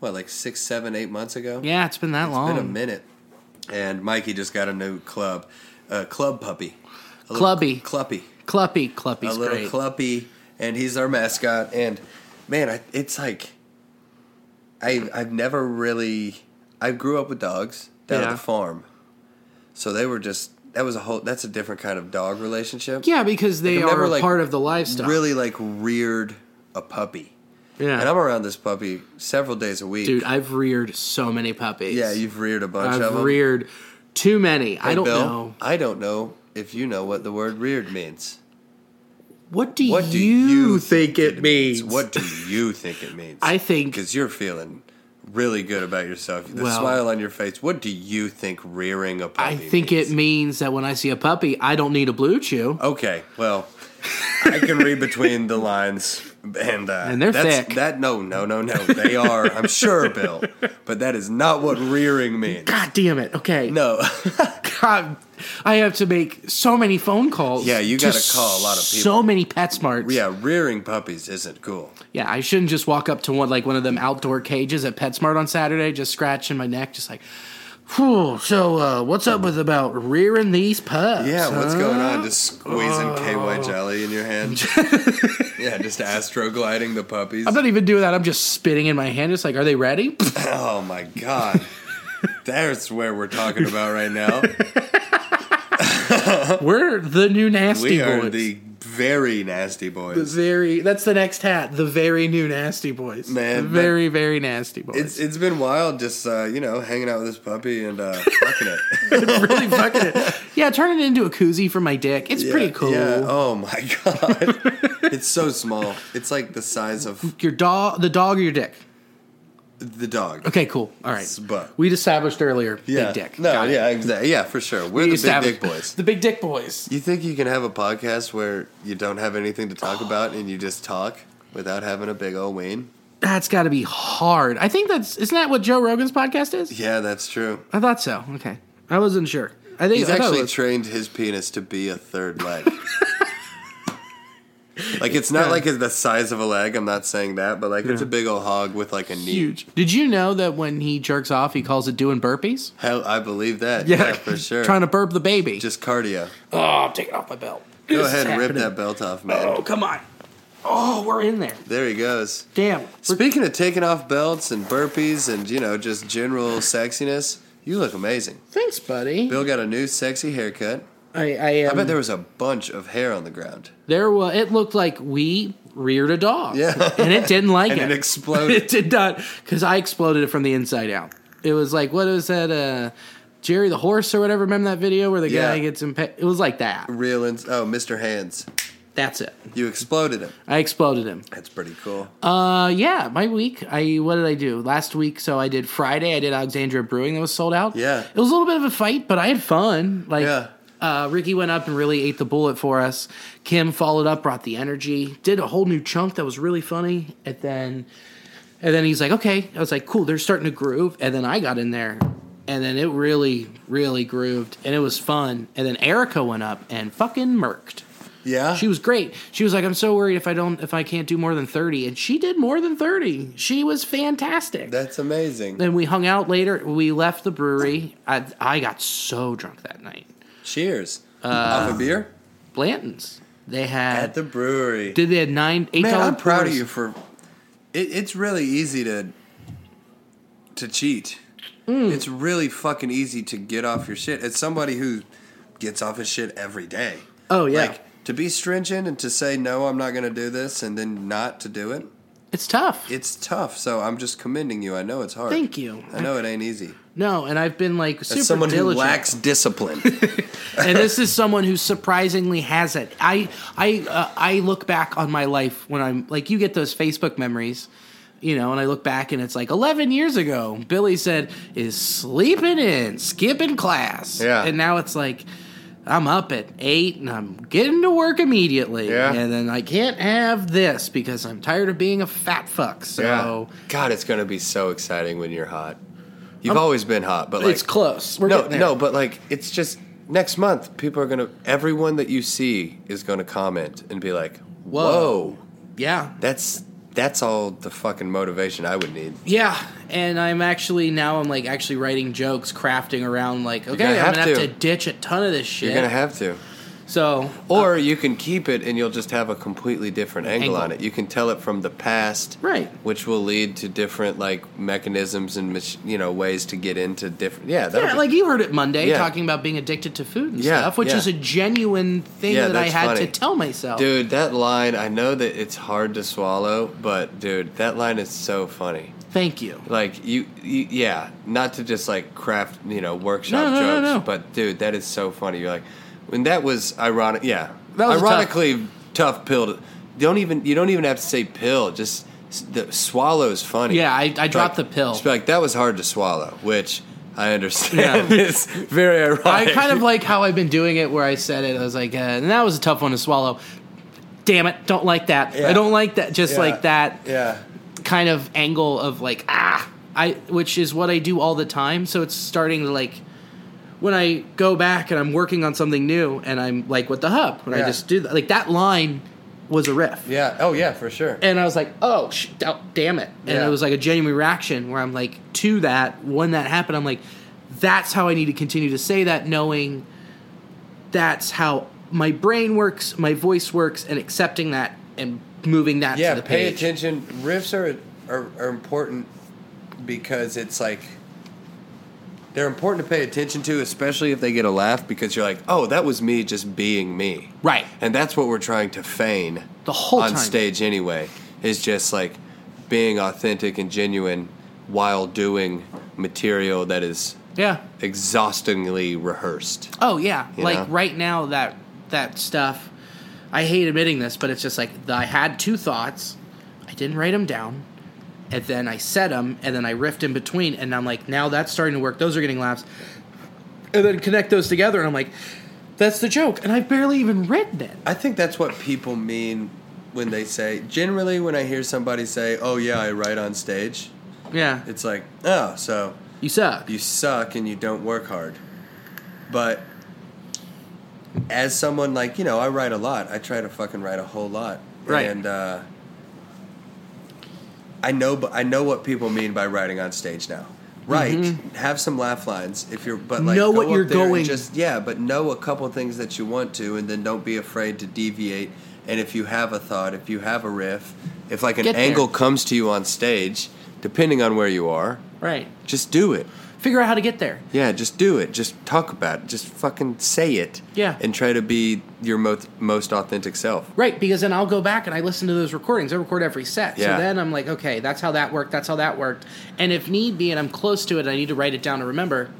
what, like six, seven, eight months ago.
yeah, it's been that
it's
long.
been a minute. And Mikey just got a new club, a club puppy, a little
Clubby.
cluppy,
Cluppy, Cluppy's
a little
great.
cluppy, and he's our mascot. And man, I, it's like I I've never really I grew up with dogs down at
Yeah.
the farm, so they were just that was a whole that's a different kind of dog relationship.
yeah, because they
I've
are
never,
a
like,
part of the livestock.
really like reared a puppy,
Yeah.
and I'm around this puppy several days a week.
Dude, I've reared so many puppies.
yeah, you've reared a bunch of
I've
them.
reared too many. I
Hey,
don't
Bill,
know.
I don't know if you know what the word reared means.
What do,
What do
you,
you
think it means?
What do you think it means?
I think
because you're feeling really good about yourself. The
Well-
smile on your face. What do you think rearing a puppy?
I think
means?
it means that when I see a puppy, I don't need a blue chew.
Okay, well, I can read between the lines, and uh,
And they're
that's,
thick.
That no, no, no, no. They are. I'm sure, Bill, but that is not what rearing means.
God damn it. Okay.
No.
God, I have to make so many phone calls.
Yeah, you
to
gotta call a lot of people.
So many PetSmarts.
yeah, rearing puppies isn't cool.
Yeah, I shouldn't just walk up to one like one of them outdoor cages at PetSmart on Saturday, just scratching my neck, just like, Phew, so uh, what's up with about rearing these pups?
Yeah,
huh?"
what's going on? Just squeezing KY jelly in your hand. yeah, just astro gliding the puppies.
I'm not even doing that. I'm just spitting in my hand. It's like, are they ready?
Oh my god. That's where we're talking about right now.
We're the new nasty
We
boys.
are the very nasty
The
boys.
very that's the next hat. The very new nasty boys.
Man,
the very very nasty boys.
It's it's been wild just uh, you know, hanging out with this puppy and uh fucking it.
really fucking it. Yeah, turn it into a koozie for my dick. It's pretty
Yeah,
cool.
Yeah. Oh my god. it's so small. It's like the size of
Your dog, the dog, or your dick.
the dog.
Okay, cool. All right.
But
We established earlier.
yeah.
Big dick.
No,
Got it.
yeah, exactly. Yeah, for sure.
We
We're the big
established-
dick boys.
The big dick boys.
You think you can have a podcast where you don't have anything to talk about and you just talk without having a big old wean?
That's got to be hard. I think that's isn't that what Joe Rogan's podcast is?
Yeah, that's true.
I thought so. Okay, I wasn't sure. I think
He's
I thought it
actually
was-
trained his penis to be a third leg. like it's not like it's the size of a leg. I'm not saying that, but like it's a big old hog with like a knee.
huge. Did you know that when he jerks off, he calls it doing burpees?
Hell, I believe that. Yeah,
Yeah.
for sure.
Trying to burp the baby.
just cardio.
oh, I'm taking off my belt.
Go
This is
ahead and rip
happening.
that belt off, man.
Oh, come on. Oh, we're in there.
There he goes.
Damn.
Speaking of taking off belts and burpees and you know just general sexiness, you look amazing.
Thanks, buddy.
Bill got a new sexy haircut.
I, I, um,
I bet there was a bunch of hair on the ground.
There was. It looked like we reared a dog.
Yeah.
and it didn't like
And
it.
it exploded.
it did not because I exploded it from the inside out. It was like what was that? Uh, Jerry the horse or whatever. Remember that video where the
Yeah.
guy gets impa- It was like that.
Real ins- oh, Mr. Hands,
That's it.
you exploded him.
I exploded him.
That's pretty cool.
Uh, yeah, my week. I what did I do last week? So I did Friday. I did Alexandria Brewing that was sold out.
Yeah.
it was a little bit of a fight, but I had fun. Like,
Yeah.
uh, Ricky went up and really ate the bullet for us. Kim followed up, brought the energy, did a whole new chunk that was really funny, and then. And then he's like, okay. I was like, cool, they're starting to groove. And then I got in there and then it really, really grooved, and it was fun. And then Erica went up and fucking murked.
Yeah.
She was great. She was like, "I'm so worried if I don't, if I can't do more than 30," and she did more than 30. She was fantastic.
That's amazing.
then we hung out later. We left the brewery. I I got so drunk that night.
Cheers.
Uh,
Off a beer
Blanton's. They had
at the brewery.
did they had nine eight
Man,
dollar
I'm proud of you for. It, it's really easy to to cheat.
Hmm.
It's really fucking easy to get off your shit. It's somebody who gets off his shit every day.
Oh yeah,
Like to be stringent and to say no, I'm not going to do this, and then not to do it.
it's tough.
It's tough. So I'm just commending you. I know it's hard.
Thank you.
I know it ain't easy.
no, and I've been like super
As someone
diligent.
who lacks discipline,
and this is someone who surprisingly has it. I I uh, I look back on my life when I'm like you get those Facebook memories, you know, and I look back and it's like 11 years ago Billy said is sleeping in, skipping class.
Yeah.
And now it's like I'm up at 8 and I'm getting to work immediately.
Yeah.
And then I can't have this because I'm tired of being a fat fuck. So
God, it's going to be so exciting when you're hot. You've always been hot, but like
Um, it's close. We're
no,
getting there.
no, but like it's just next month. People are gonna. Everyone that you see is gonna comment and be like, "Whoa,
Whoa. Yeah.
that's that's all the fucking motivation I would need."
Yeah, and I'm actually now I'm like actually writing jokes, crafting around like okay, I'm
have
gonna have to.
to.
ditch a ton of this shit.
You're gonna have to,
so
or you can keep it and you'll just have a completely different angle,
Angle.
on it. You can tell it from the past,
Right.
Which will lead to different like mechanisms and mach- you know ways to get into different. Yeah, that'll
yeah,
be-
like you heard it Monday
Yeah.
talking about being addicted to food and
Yeah,
stuff, which
yeah.
is a genuine thing
Yeah,
that I
that's
had to
funny.
tell myself.
Dude, that line, I know that it's hard to swallow, but dude, that line is so funny.
Thank you.
like you, you yeah not to just like craft you know workshop
No, no, no,
jokes
no.
but dude that is so funny you're like when that was ironic yeah
That was a tough-
ironically tough. pill to don't even you don't even have to say pill just s- the swallow's funny
Yeah, I- I dropped
Like,
the pill.
just be like that was hard to swallow which i understand
Yeah.
it's very ironic
I kind of like how I've been doing it, where I said it. I was like, uh, and that was a tough one to swallow. Damn it! Don't like that.
Yeah.
I don't like that. Just
Yeah.
like that.
yeah
kind of angle of like ah I which is what I do all the time so it's starting to like when I go back and I'm working on something new and I'm like with the hub when
Yeah.
I just do that like that line was a riff
yeah oh yeah for sure
and I was like oh sh- oh, damn it and
Yeah.
it was like a genuine reaction where I'm like to that when that happened I'm like that's how I need to continue to say that knowing that's how my brain works my voice works and accepting that and moving that
yeah
to the
pay
page
attention riffs are, are are important because it's like they're important to pay attention to especially if they get a laugh because you're like oh that was me just being me
Right.
and that's what we're trying to feign
The whole
on
time.
stage anyway is just like being authentic and genuine while doing material that is
yeah
exhaustingly rehearsed
Oh yeah,
You
like
know?
right now that that stuff. I hate admitting this, but it's just like the, I had two thoughts. I didn't write them down, and then I said them, and then I riffed in between, and I'm like, now that's starting to work. Those are getting laughs, and then connect those together, and I'm like, that's the joke, and I've barely even written it.
I think that's what people mean when they say generally when I hear somebody say oh yeah I write on stage
Yeah,
it's like oh so
you suck.
you suck and you don't work hard. But as someone like, you know, I write a lot. I try to fucking write a whole lot.
Right.
And uh I know but I know what people mean by writing on stage now. Right. Have some laugh lines if you're but
Mm-hmm.
like
Know
go
what
up
you're
there and
going-
just yeah, but know a couple things that you want to and then don't be afraid to deviate and if you have a thought, if you have a riff, if like an
Get there.
angle comes to you on stage, depending on where you are,
Right.
just do it.
Figure out how to get there.
Yeah, just do it. Just talk about it. Just fucking say it.
Yeah.
And try to be your most most authentic self.
Right, because then I'll go back and I listen to those recordings. I record every set.
Yeah.
So then I'm like, okay, that's how that worked, that's how that worked. And if need be, and I'm close to it, I need to write it down to remember,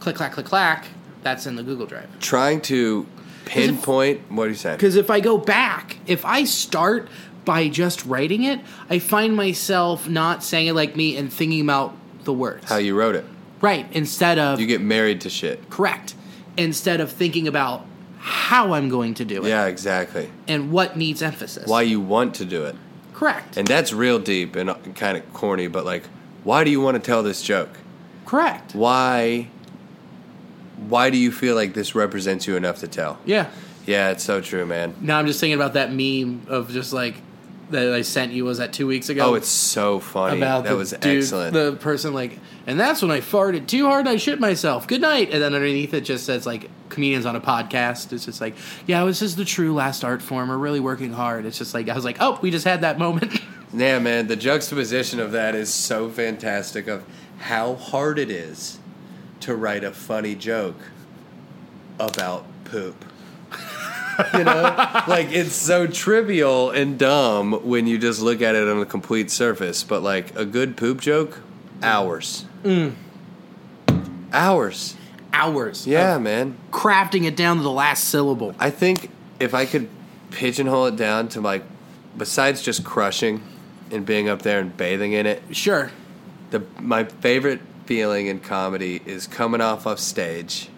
click, clack, click, clack, that's in the Google Drive.
Trying to pinpoint what do you say?
Because if I go back, if I start by just writing it, I find myself not saying it like me and thinking about the words.
How you wrote it.
right, instead of,
You get married to shit.
correct, instead of thinking about how I'm going to do it
Yeah, exactly.
and what needs emphasis.
Why you want to do it.
Correct.
And that's real deep and kind of corny, but like, why do you want to tell this joke?
Correct.
Why? Why do you feel like this represents you enough to tell?
Yeah.
Yeah, it's so true, man.
Now I'm just thinking about that meme of just like that I sent you was that two weeks ago.
Oh, it's so funny.
about
that
the
was
dude-
excellent.
The person like, and that's when I farted too hard. I shit myself. Good night. And then underneath it just says like comedians on a podcast. It's just like, yeah, this is the true last art form. We're really working hard. It's just like I was like, oh, we just had that moment.
yeah, man, the juxtaposition of that is so fantastic of how hard it is to write a funny joke about poop. you know? Like it's so trivial and dumb when you just look at it on a complete surface, but like a good poop joke, hours. Hours.
Hours.
Yeah,
of
man.
crafting it down to the last syllable.
I think if I could pigeonhole it down to like, besides just crushing and being up there and bathing in it,
Sure.
the my favorite feeling in comedy is coming off of stage.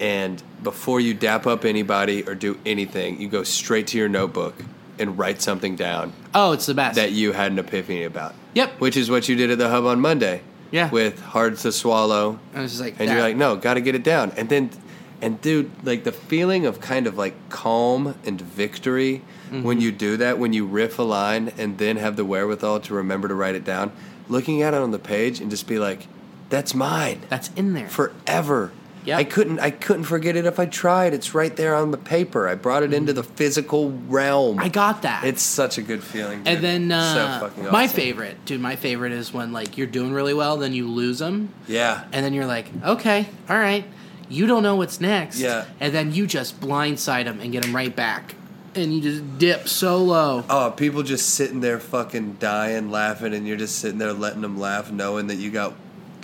And before you dap up anybody or do anything, you go straight to your notebook and write something down
Oh, it's the best.
that you had an epiphany about.
Yep.
Which is what you did at the hub on Monday.
Yeah.
With hard to swallow
I was just like,
and
that.
you're like, no, got to get it down. And then, and dude, like the feeling of kind of like calm and victory
Mm-hmm.
when you do that, when you riff a line and then have the wherewithal to remember to write it down, looking at it on the page and just be like, that's mine
that's in there.
forever.
Yep.
I couldn't I couldn't forget it if I tried. It's right there on the paper. I brought it into the physical realm.
Mm-hmm. I got that.
It's such a good feeling. Dude.
And then uh,
so fucking
my
awesome.
favorite, dude, my favorite is when like you're doing really well, then you lose them,
Yeah.
and then you're like, okay, all right, you don't know what's next,
Yeah.
and then you just blindside them and get them right back, and you just dip so low.
Oh, people just sitting there fucking dying laughing, and you're just sitting there letting them laugh, knowing that you got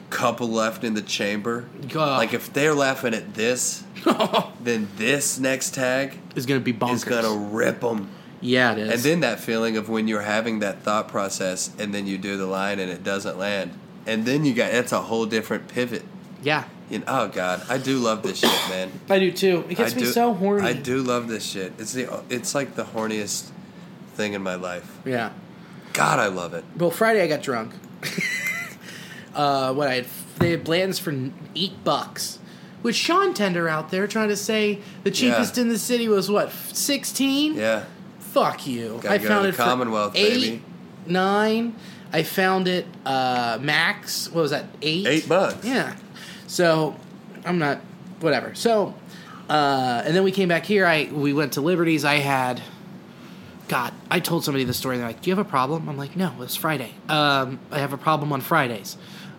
couple left in the chamber.
God.
Like if they're laughing at this, then this next tag
It's gonna be bonkers.
is gonna rip them.
yeah, it is.
And then that feeling of when you're having that thought process, and then you do the line and it doesn't land, and then you got that's a whole different pivot.
yeah,
And oh god, I do love this shit, man.
I do too. It gets
I
me
do,
so horny.
I do love this shit. It's the it's like the horniest thing in my life.
Yeah.
God, I love it.
Well, Friday I got drunk. uh, what I had, they had Blanton's for eight bucks, which Sean Tender out there trying to say the cheapest in the city was what sixteen.
Yeah.
Fuck you.
Gotta
I
go to
found
the
it for
Commonwealth,
eight,
baby.
nine. I found it uh, max. What was that? Eight.
Eight bucks.
Yeah. So I'm not whatever. So uh, and then we came back here. I we went to Liberty's. I had. God, I told somebody this story. They're like, "Do you have a problem?" I'm like, "No, it's Friday. Um, I have a problem on Fridays.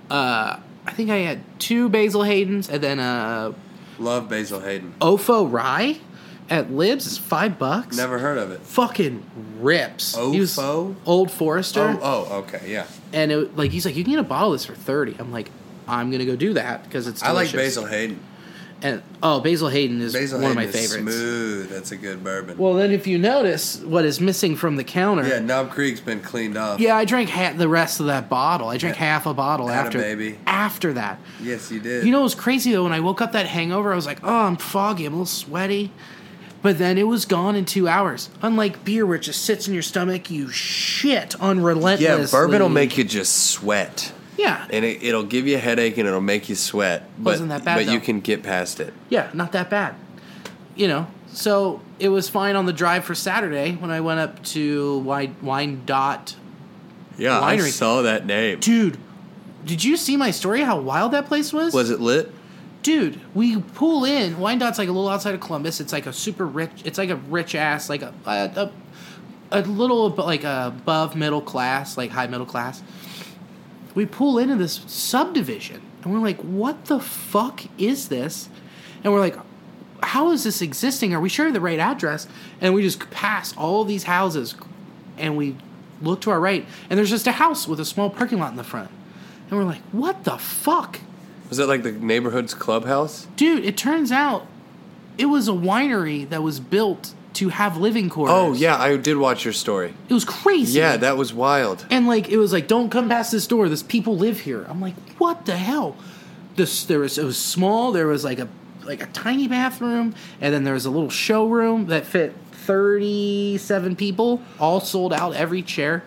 Uh, I think I had two Basil Hayden's and then a
Love Basil Hayden.
Ofo Rye at Libs. It's five bucks
Never heard of it.
fucking rips. He was
Ofo?
Old Forester.
Oh, oh, okay, yeah.
And it, like he's like, you can get a bottle of this for thirty. I'm like, I'm gonna go do that because it's.
I
Delicious.
like Basil Hayden.
And oh, Basil Hayden is
Basil
one
Hayden
of my
is
favorites.
smooth. That's a good bourbon.
Well, then if you notice what is missing from the counter.
yeah, Knob Creek's been cleaned off.
Yeah, I drank ha- the rest of that bottle. I drank half a bottle
Atta
after
baby.
after that.
Yes, you did.
You know, it was crazy though. When I woke up that hangover, I was like, "Oh, I'm foggy. I'm a little sweaty," but then it was gone in two hours. Unlike beer, where it just sits in your stomach, you shit on
yeah,
relentlessly.
bourbon will make you just sweat,
Yeah,
and it, it'll give you a headache, and it'll make you sweat. But
Wasn't that bad,
but you
though.
can get past it.
yeah, not that bad. You know, so it was fine on the drive for Saturday when I went up to Wine, Wine Dot.
Yeah, I
Winery.
saw that name.
Dude, did you see my story? How wild that place was?
Was it lit?
dude, we pull in. Wine Dot's like a little outside of Columbus. It's like a super rich. It's like a rich ass, like a a, a, a little ab- like above middle class, like high middle class. We pull into this subdivision, and we're like, "What the fuck is this?" And we're like, "How is this existing? Are we sure of the right address?" And we just pass all these houses, and we look to our right, and there's just a house with a small parking lot in the front. And we're like, "What the fuck?"
Was it like the neighborhood's clubhouse?
Dude, it turns out it was a winery that was built to have living quarters.
Oh yeah, I did watch your story.
It was crazy.
Yeah, that was wild.
and like it was like, don't come past this door. This people live here. I'm like, what the hell? This there was it was small. There was like a like a tiny bathroom, and then there was a little showroom that fit 37 people, all sold out every chair.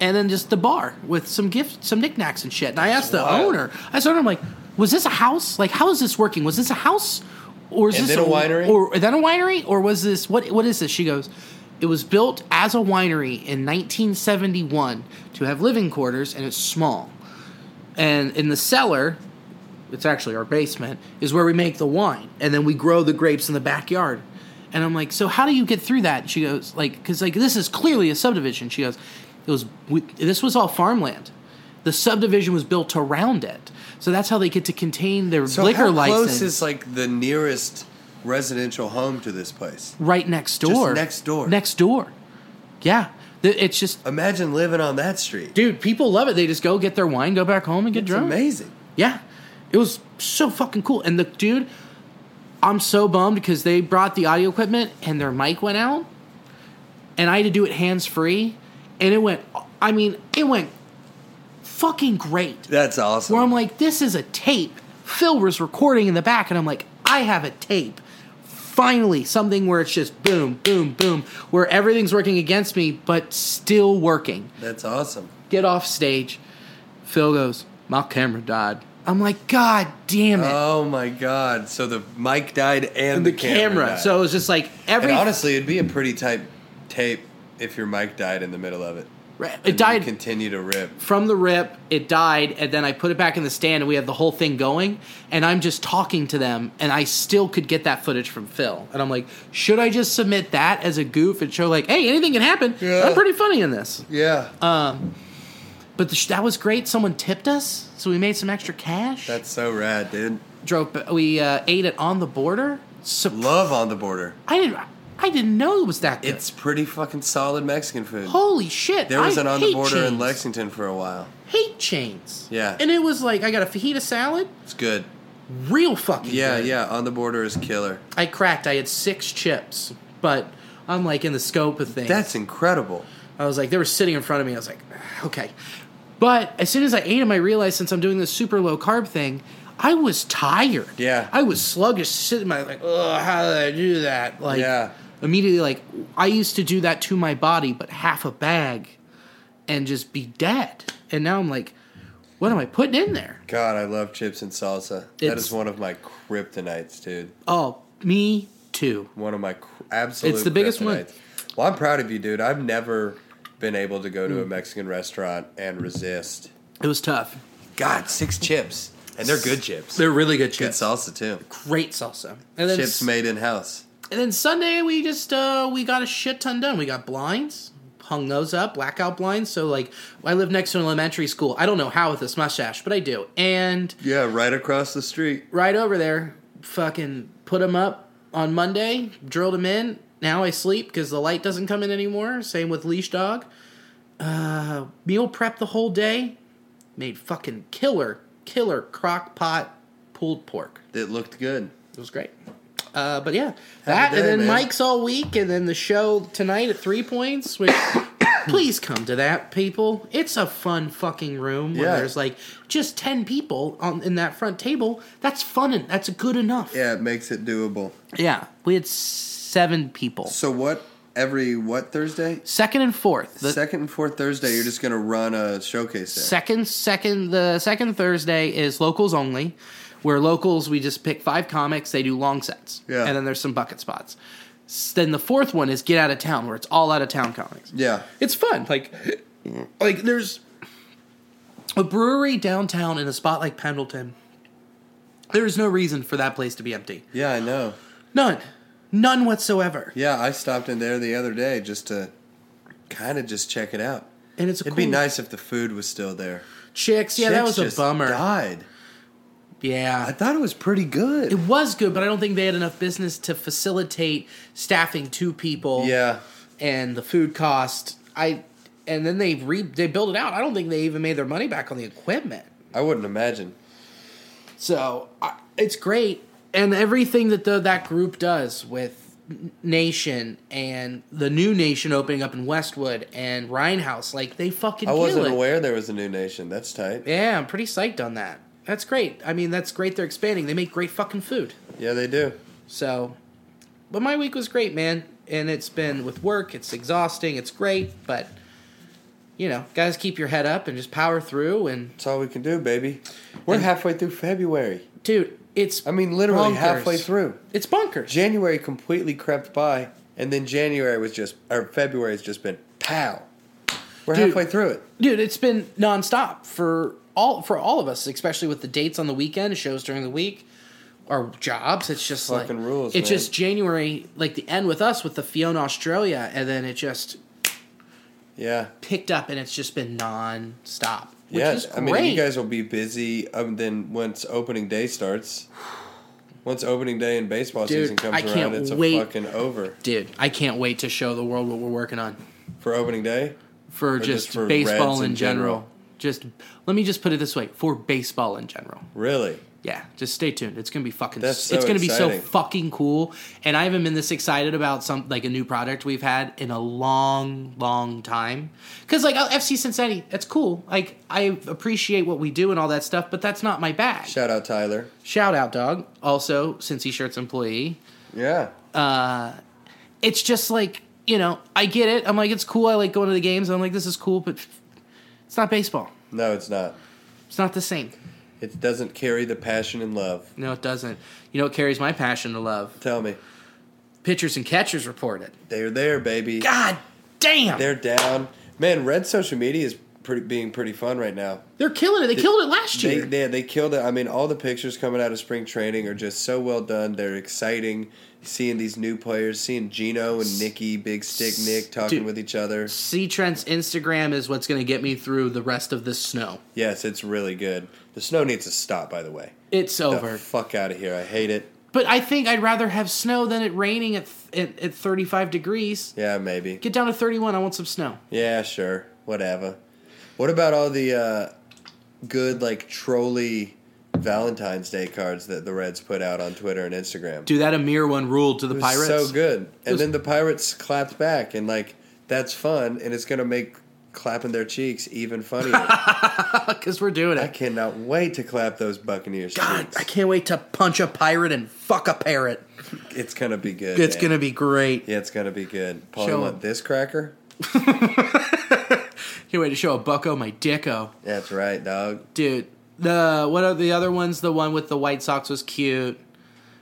and then just the bar with some gift, some knickknacks and shit. And I asked the
wild.
owner, I asked the owner, I'm like, was this a house? Like, how is this working? Was this a house, or is
And
this
then a winery?
or then a winery, or was this what? What is this? She goes, it was built as a winery in 1971 to have living quarters, and it's small. And in the cellar, it's actually our basement, is where we make the wine, and then we grow the grapes in the backyard. And I'm like, so how do you get through that? She goes, like, because like this is clearly a subdivision. She goes, it was we, this was all farmland. The subdivision was built around it, so that's how they get to contain their
So
liquor
how close
license
is like the nearest residential home to this place?
right next
Just
door.
next door.
Next door. Yeah, Th- it's just
Imagine living on that street.
dude. People love it. They just go get their wine, go back home, and get
It's
drunk.
amazing.
Yeah, it was so fucking cool. And the dude, I'm so bummed because they brought the audio equipment and their mic went out, and I had to do it hands free, and it went. I mean, it went fucking great.
That's awesome.
Where I'm like, this is a tape. Phil was recording in the back, and I'm like, I have a tape. Finally, something where it's just boom, boom, boom, where everything's working against me, but still working
That's awesome.
get off stage. Phil goes, My camera died. I'm like, God damn it.
Oh my god! So the mic died and,
and
the,
the, camera.
died.
So it was just like
and
every
honestly, it'd be a pretty tight tape if your mic died in the middle of it.
it
And you
died
Continue to rip.
from the rip, it died, and then I put it back in the stand and we have the whole thing going, and I'm just talking to them, and I still could get that footage from Phil. And I'm like, should I just submit that as a goof and show like, hey, anything can happen?
Yeah.
I'm pretty funny in this.
Yeah,
Uh, But the sh- that was great. Someone tipped us, so we made some extra cash.
that's so rad, dude.
drove ba- we uh, ate it on the border. Sup-
Love on the border.
I didn't. I didn't know it was that good.
It's pretty fucking solid Mexican food.
holy shit.
There was
I
an on the
hate
border
chains.
in Lexington for a while.
Hate chains.
Yeah.
and it was like I got a fajita salad,
It's good.
real fucking.
Yeah,
good.
yeah. On the border is killer.
I cracked. I had six chips, but I'm like in the scope of things.
That's incredible.
I was like, they were sitting in front of me. I was like, okay. But as soon as I ate them, I realized since I'm doing this super low carb thing, I was tired.
Yeah.
I was sluggish sitting my like, oh, how did I do that? Like
Yeah.
immediately like I used to do that to my body, but half a bag and just be dead. And now I'm like, what am I putting in there?
God, I love chips and salsa. that
It's-
is one of my kryptonites, dude.
Oh, me too.
One of my cr- absolute.
It's the biggest one.
kryptonites. Well, I'm proud of you, dude. I've never been able to go to a Mexican restaurant and resist.
It was tough.
God, six chips, and they're good chips.
They're really good
good
chips.
salsa too.
Great salsa. And then
Chips made in house.
And then Sunday we just uh we got a shit ton done. We got blinds, hung those up, blackout blinds. So like I live next to an elementary school. I don't know how with this mustache, but I do. And
Yeah, right across the street.
right over there, fucking put them up on Monday, drilled them in. Now I sleep because the light doesn't come in anymore. Same with leash dog. Uh, meal prep the whole day. Made fucking killer, killer crock pot pulled pork.
It looked good.
It was great. Uh, but yeah, that
day,
and then
man.
Mike's all week, and then the show tonight at Three Points. Which please come to that, people. It's a fun fucking room where
Yeah.
there's like just ten people on in that front table. That's fun and that's good enough.
Yeah, it makes it doable.
Yeah, we had seven people.
So what? Every what Thursday?
Second and fourth. The
second and fourth Thursday, you're just gonna run a showcase. There.
second second the second Thursday is locals only, where locals we just pick five comics, they do long sets.
Yeah.
And then there's some bucket spots. S- Then the fourth one is get out of town, where it's all out of town comics.
yeah,
It's fun. Like like there's a brewery downtown in a spot like Pendleton. There is no reason for that place to be empty.
yeah, I know.
None. None whatsoever.
Yeah, I stopped in there the other day just to kind of just check it out.
And it's a
It'd
cool
be nice if the food was still there.
chicks. Yeah, that
Chicks
was a
just
bummer.
Died.
Yeah.
I thought it was pretty good.
It was good, but I don't think they had enough business to facilitate staffing two people.
yeah,
and the food cost. I and then they re they built it out. I don't think they even made their money back on the equipment.
I wouldn't imagine.
So I, it's great, and everything that the, that group does with N- Nation and the new Nation opening up in Westwood and Rhinehouse, like they fucking.
I
kill
wasn't
it.
aware there was a new nation. That's tight.
Yeah, I'm pretty psyched on that. That's great. I mean, that's great. They're expanding. They make great fucking food.
Yeah, they do.
So, but my week was great, man. And it's been with work, it's exhausting, it's great, but you know, guys, keep your head up and just power through. And
That's all we can do, baby. We're halfway through February.
dude, it's
I mean, literally
bonkers.
halfway through.
It's bonkers.
January completely crept by, and then January was just, or February has just been pow. We're
Dude.
halfway through it.
dude it's been nonstop for all for all of us especially with the dates on the weekend shows during the week our jobs it's just
Fucking
like
rules,
it's
man.
just january like the end with us with the fiona australia and then it just
Yeah.
picked up and it's just been nonstop which is
Yes,
great
I mean you guys will be busy. Um, then once opening day starts, once opening day and baseball
Dude,
season comes
I can't
around, it's a
wait.
fucking over
dude i can't wait to show the world what we're working on
for opening day.
for just,
just for
baseball
Reds
in
in
general.
general.
just let me just put it this way for baseball in general
Really,
Yeah, just stay tuned. It's gonna be fucking.
That's so
it's gonna be
exciting.
so fucking cool. And I haven't been this excited about some like a new product we've had in a long, long time. Because like oh, FC Cincinnati, that's cool. Like I appreciate what we do and all that stuff, but that's not my bag.
shout out Tyler.
Shout out, dog. Also, Cincy Shirts employee.
Yeah,
It's just like you know, I get it. I'm like, it's cool. I like going to the games. I'm like, this is cool, but it's not baseball.
no, it's not.
It's not the same.
It doesn't carry the passion and love.
No, it doesn't. You know, it carries my passion to love.
Tell me,
Pitchers and catchers report it.
they're there, baby.
God damn.
They're down, man. Red social media is pretty being pretty fun right now.
They're killing it. They, killed it last
They,
year.
they they killed it. I mean, all the pictures coming out of spring training are just so well done. They're exciting. Seeing these new players, seeing Gino and Nicky, Big Stick Nick talking
Dude.
with each other.
C Trent's Instagram is what's going to get me through the rest of this snow.
Yes, it's really good. The snow needs to stop. By the way,
It's
The
over.
fuck out of here. I hate it.
But I think I'd rather have snow than it raining at th- at, at 35 degrees.
Yeah, maybe.
Get down to 31. I want some snow.
Yeah, sure. Whatever. What about all the uh, good like trolley Valentine's Day cards that the Reds put out on Twitter and Instagram?
Dude, that Amir one ruled to the
It was
Pirates.
So good. And
was-
then the Pirates clapped back and like that's fun and it's gonna make clapping their cheeks even funnier.
Because we're doing
I
it.
cannot wait to clap those Buccaneers
God, I
cheeks.
can't wait to punch a pirate and fuck a parrot.
It's gonna be good.
It's
man.
going to be great.
Yeah, it's gonna be good. Paul, you
Show 'em.
want this cracker?
Can't wait to show a bucko my dicko.
That's right, dog.
dude. The what are the other ones? The one with the White socks was cute,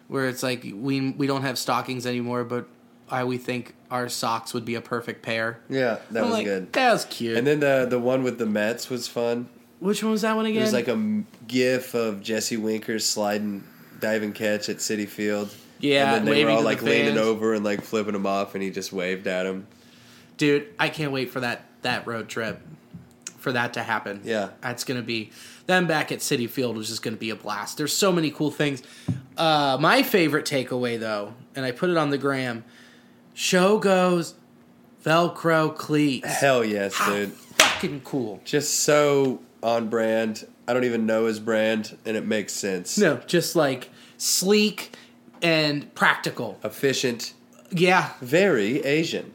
where it's like we we don't have stockings anymore, but I we think our socks would be a perfect pair.
Yeah, that
I'm
was
like,
good.
That was cute.
And then the the one with the Mets was fun.
Which one was that one again?
It was like a m- gif of Jesse Winker's sliding diving catch at City Field.
Yeah,
and then they
waving
were all
to the
like leaning
fans.
over and like flipping him off, and he just waved at him.
dude, I can't wait for that that road trip for that to happen.
Yeah.
that's gonna be them back at City Field was just gonna be a blast. There's so many cool things. Uh, my favorite takeaway though, and I put it on the gram. Show goes Velcro cleats.
Hell yes, dude!
Fucking cool.
Just so on brand. I don't even know his brand, and it makes sense.
No, just like sleek and practical.
Efficient,
Yeah.
very Asian.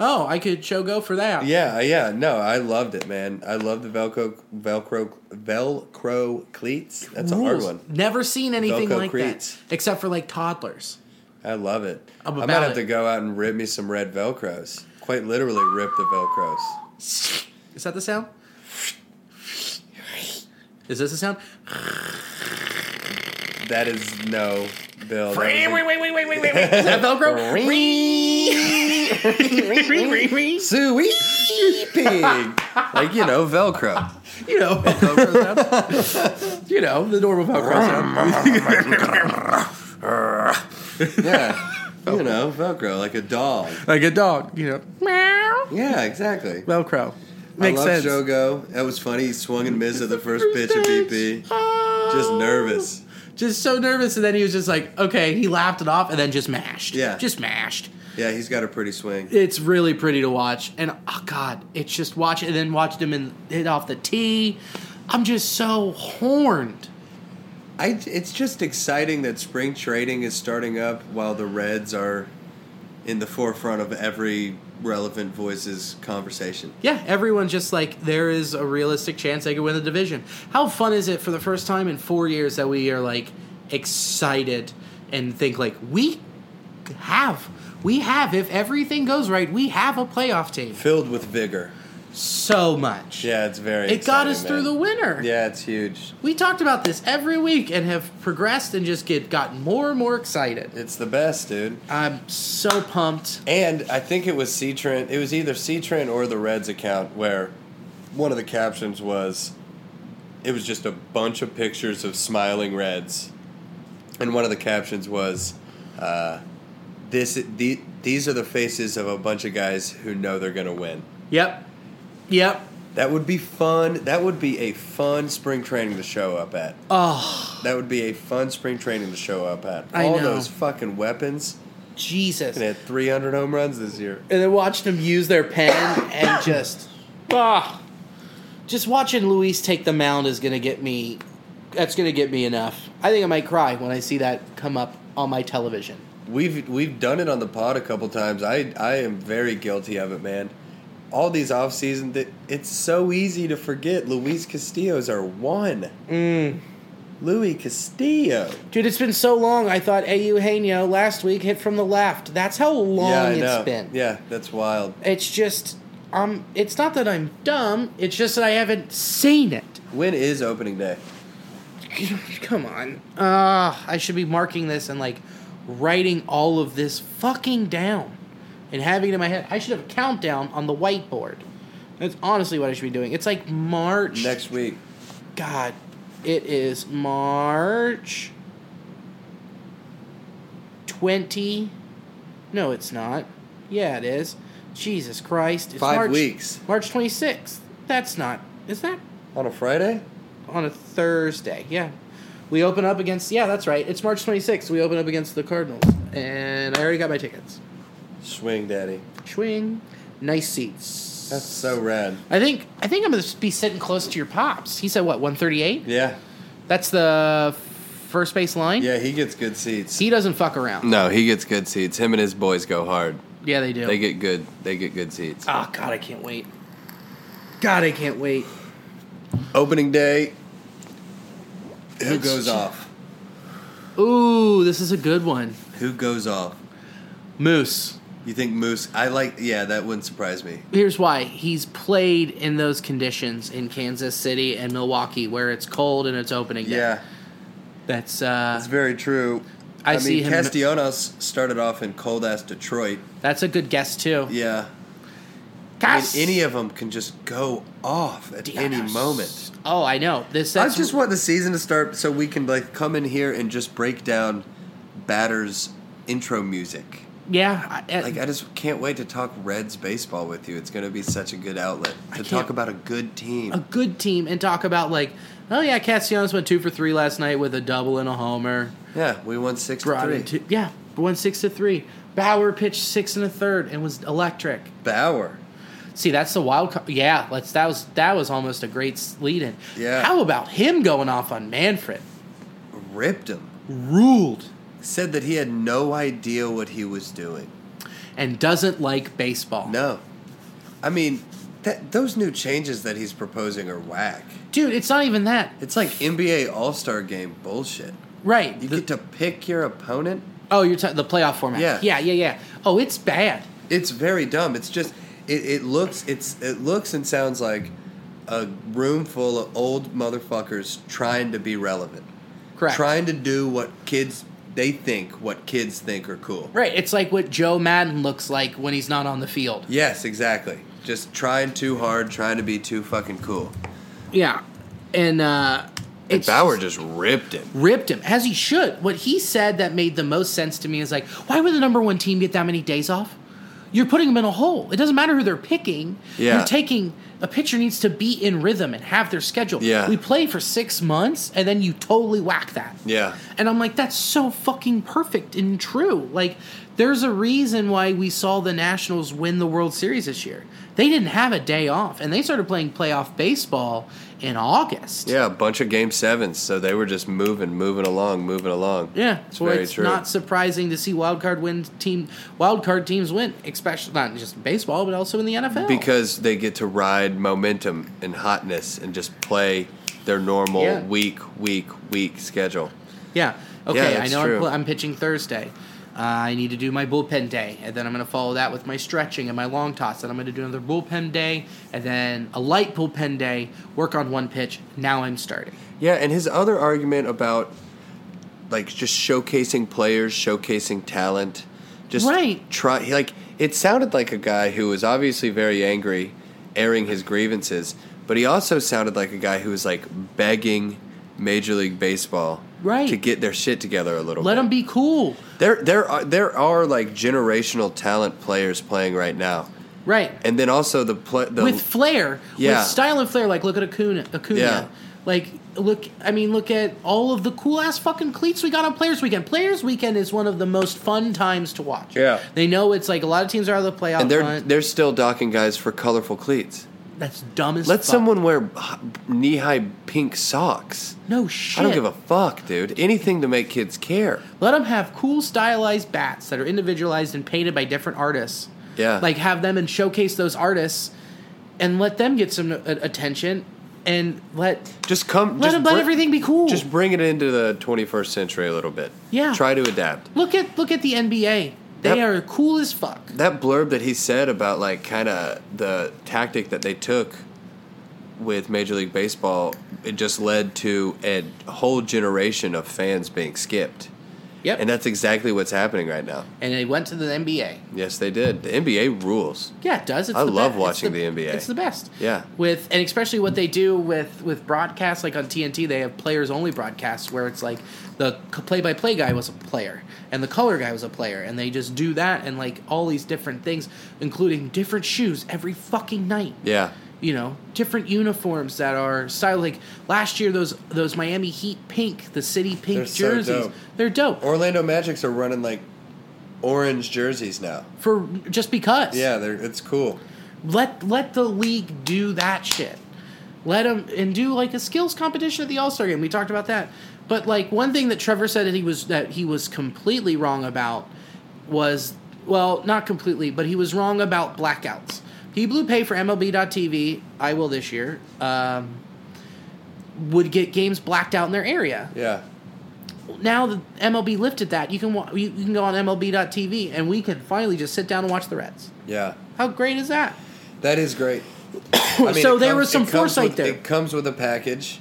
Oh, I could show go for that.
Yeah, uh, yeah. No, I loved it, man. I love the Velcro Velcro Velcro cleats. That's a hard
Rules.
one.
Never seen anything
Velcro
like
creeps.
that except for like toddlers.
I love it. i
I'm
might
about
have
it.
to go out and rip me some red Velcros. Quite literally, rip the Velcros.
Is that the sound? Is this the sound?
That is no, Bill. that
Is that Velcro?
was a- Sweet pig. like you know, Velcro.
you know, Velcro sound. you know, the normal Velcro sound.
Yeah, you know, Velcro like a dog.
Like a dog, you know. Meow.
Yeah, exactly.
Velcro.
I
Makes
love
sense.
Shogo. That was funny. He swung and missed at the first pitch of BP. Just nervous.
just so nervous, and then he was just like, okay, he laughed it off, and then just mashed.
Yeah.
just mashed.
Yeah, he's got a pretty swing.
It's really pretty to watch, and oh god, it's just watch it, and then watched him in, hit off the tee. I'm just so horned.
I, it's just exciting that spring trading is starting up while the Reds are in the forefront of every relevant voice's conversation.
Yeah, everyone's just like, there is a realistic chance they could win the division. How fun is it for the first time in four years that we are like excited and think like we have. We have, if everything goes right, we have a playoff team.
Filled with vigor.
So much.
Yeah, it's very.
It got
exciting,
us through
man.
the winter.
Yeah, it's huge.
We talked about this every week and have progressed and just get gotten more and more excited.
It's the best, dude.
I'm so pumped.
And I think it was C Trent. It was either C Trent or the Reds account where one of the captions was, "It was just a bunch of pictures of smiling Reds," and one of the captions was, uh, "This the, these are the faces of a bunch of guys who know they're gonna win."
Yep. Yep.
That would be fun. That would be a fun spring training to show up at.
Oh,
That would be a fun spring training to show up at.
I
All
know.
those fucking weapons.
Jesus.
And
And
had 300 home runs this year.
then watched them use their pen and just ah. Just watching Luis take the mound is going to get me that's going to get me enough. I think I might cry when I see that come up on my television.
We've we've done it on the pod a couple times. I I am very guilty of it, man. All these off season, th- it's so easy to forget. Luis Castillo's our one.
Mm.
Louis Castillo.
Dude, it's been so long. I thought A. Eugenio last week hit from the left. That's how long
yeah, I
it's
know.
been.
Yeah, that's wild.
It's just um it's not that I'm dumb, it's just that I haven't seen it.
When is opening day?
Come on. Uh I should be marking this and like writing all of this fucking down and having it in my head. I should have a countdown on the whiteboard. That's honestly what I should be doing. It's like March.
Next week.
God. It is March 20. No, it's not. Yeah, it is. Jesus Christ. It's
Five
March,
weeks.
March 26th. That's not. Is that
On a Friday?
on a Thursday? Yeah. We open up against. Yeah, that's right. It's March 26th. We open up against the Cardinals. And I already got my tickets.
Swing, daddy.
Swing. Nice seats.
That's so rad.
I think I think I'm gonna be sitting close to your pops. He said what 138.
Yeah.
That's the first base line.
Yeah, he gets good seats.
He doesn't fuck around.
no, he gets good seats. Him and his boys go hard.
Yeah, they do.
They get good. They get good seats.
oh god, I can't wait. God, I can't wait.
Opening day. Who
It's
goes
ju-
off?
Ooh, this is a good one.
Who goes off?
Moose.
You think Moose? I like. Yeah, that wouldn't surprise me.
Here's why. He's played in those conditions in Kansas City and Milwaukee where it's cold and it's opening day.
Yeah,
That's uh
that's very true.
I see him-
Castellanos started off in cold ass Detroit.
that's a good guess too.
Yeah, I mean,
Cas-
any of them can just go off at any moment.
Oh, I know. This
I
that's
just want the season to start so we can like come in here and just break down batters intro music.
Yeah, I,
Like I just can't wait to talk Reds baseball with you. It's going to be such a good outlet to
can't-
talk about a good team.
a good team and talk about like, oh yeah, Castellanos went two for three last night with a double and a homer.
Yeah, we won six to
Brought
three.
in two, yeah, one six to three. Bauer pitched six and a third and was electric.
Bauer.
See, that's the wild. Co- yeah, let's that was that was almost a great lead in.
Yeah.
How about him going off on Manfred?
ripped him.
Ruled
Said that he had no idea what he was doing.
and doesn't like baseball.
No. I mean, that those new changes that he's proposing are whack.
Dude, it's not even that.
It's like NBA All Star game bullshit.
Right.
You
the-
get to pick your opponent.
oh, you're ta- the playoff format.
Yeah.
Yeah, yeah, yeah. Oh, it's bad.
It's very dumb. It's just it, it looks it's it looks and sounds like a room full of old motherfuckers trying to be relevant.
Correct.
Trying to do what kids they think what kids think are cool.
Right. It's like what Joe Madden looks like when he's not on the field.
Yes, exactly. Just trying too hard, trying to be too fucking cool.
Yeah, and uh,
And
it's
Bauer just ripped it.
ripped him as he should. What he said that made the most sense to me is like, why would the number one team get that many days off? You're putting them in a hole. It doesn't matter who they're picking.
Yeah.
You're taking a pitcher needs to be in rhythm and have their schedule.
Yeah.
We play for six months and then you totally whack that.
Yeah.
And I'm like, that's so fucking perfect and true. Like, there's a reason why we saw the Nationals win the World Series this year. They didn't have a day off, and they started playing playoff baseball in August.
Yeah, a bunch of game sevens, so they were just moving, moving along, moving along.
Yeah,
it's
so
very
it's
true.
not surprising to see wild card win team wild card teams win, especially not just in baseball but also in the NFL.
because they get to ride momentum and hotness and just play their normal
Yeah.
week, week, week schedule.
yeah, okay, I
that's
know I'm,
true.
pl- I'm pitching Thursday. Uh, I need to do my bullpen day, and then I'm going to follow that with my stretching and my long toss. Then I'm going to do another bullpen day, and then a light bullpen day. Work on one pitch. Now I'm starting.
Yeah, and his other argument about like just showcasing players, showcasing talent, just
Right.
Try he, like it sounded like a guy who was obviously very angry, airing his grievances, but he also sounded like a guy who was like begging Major League Baseball
Right.
to get their shit together a little.
Let
bit.
them be cool.
There, there are there are like generational talent players playing right now,
Right.
and then also the play the
with flair,
Yeah.
with style and flair. Like look at Acuna, Acuna.
Yeah.
Like look, I mean, look at all of the cool ass fucking cleats we got on Players Weekend. Players Weekend is one of the most fun times to watch.
Yeah.
they know it's like a lot of teams are out of the playoff.
and they're
hunt.
they're still docking guys for colorful cleats.
that's dumb as.
Let
fuck.
someone wear knee high pink socks.
No shit.
I don't give a fuck, dude. Anything to make kids care.
Let them have cool stylized bats that are individualized and painted by different artists.
Yeah.
Like have them and showcase those artists, and let them get some uh, attention, and let
Just come.
let
just
them let
bring-
everything be cool.
Just bring it into the 21st century a little bit.
Yeah.
Try to adapt.
Look at look at the NBA. They
Yep.
are cool as fuck.
That blurb that he said about like kind of the tactic that they took with Major League Baseball, it just led to a whole generation of fans being skipped,
Yep.
and
And,
that's exactly what's happening right now.
they went to the NBA.
Yes, they did. The NBA rules.
Yeah, it does. It's
I
the
love
best.
watching the NBA.
It's the best.
Yeah.
With and especially what they do with with broadcasts like on TNT, they have players only broadcasts where it's like the play by play guy was a player and the color guy was a player, and they just do that and like all these different things, including different shoes every fucking night.
Yeah.
you know different uniforms that are style like last year those those Miami Heat pink the city pink
They're so
jerseys
dope.
they're dope
Orlando Magics are running like orange jerseys now.
for just because
they're, it's cool.
let let the league do that shit let them and do like a skills competition at the All Star game we talked about that but like one thing that Trevor said that he was that he was completely wrong about was well not completely but he was wrong about blackouts he blew pay for MLB.TV I will this year um, would get games blacked out in their area
Yeah.
now that MLB lifted that, you can wa- you, you can go on MLB.tv and we can finally just sit down and watch the Reds.
Yeah.
How great is that?
That is great. I
So
it
there was
it
some foresight
with,
there.
It comes with a package,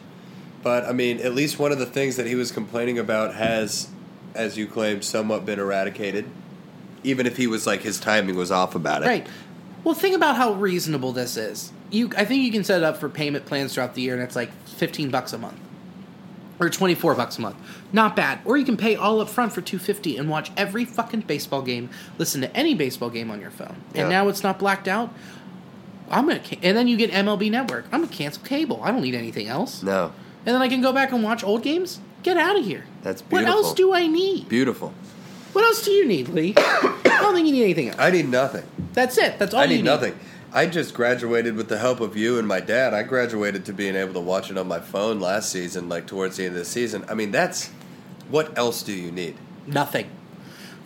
but I mean, at least one of the things that he was complaining about has, as you claim, somewhat been eradicated. Even if he was like his timing was off about it,
Right. Well, think about how reasonable this is. You, I think you can set it up for payment plans throughout the year, and it's like fifteen bucks a month, or twenty four bucks a month. Not bad. Or you can pay all up front for two fifty and watch every fucking baseball game, listen to any baseball game on your phone.
Yeah.
And now it's not blacked out. I'm gonna, ca- and then you get MLB Network. I'm gonna cancel cable. I don't need anything else.
No,
and then I can go back and watch old games. Get out of here.
That's
What
beautiful.
else do I need?
beautiful.
What else do you need, Lee? I don't think you need anything else.
I need nothing.
That's it. That's all
I
you
need nothing. I just graduated with the help of you and my dad. I graduated to being able to watch it on my phone last season, like towards the end of the season. I mean, that's what else do you need?
Nothing.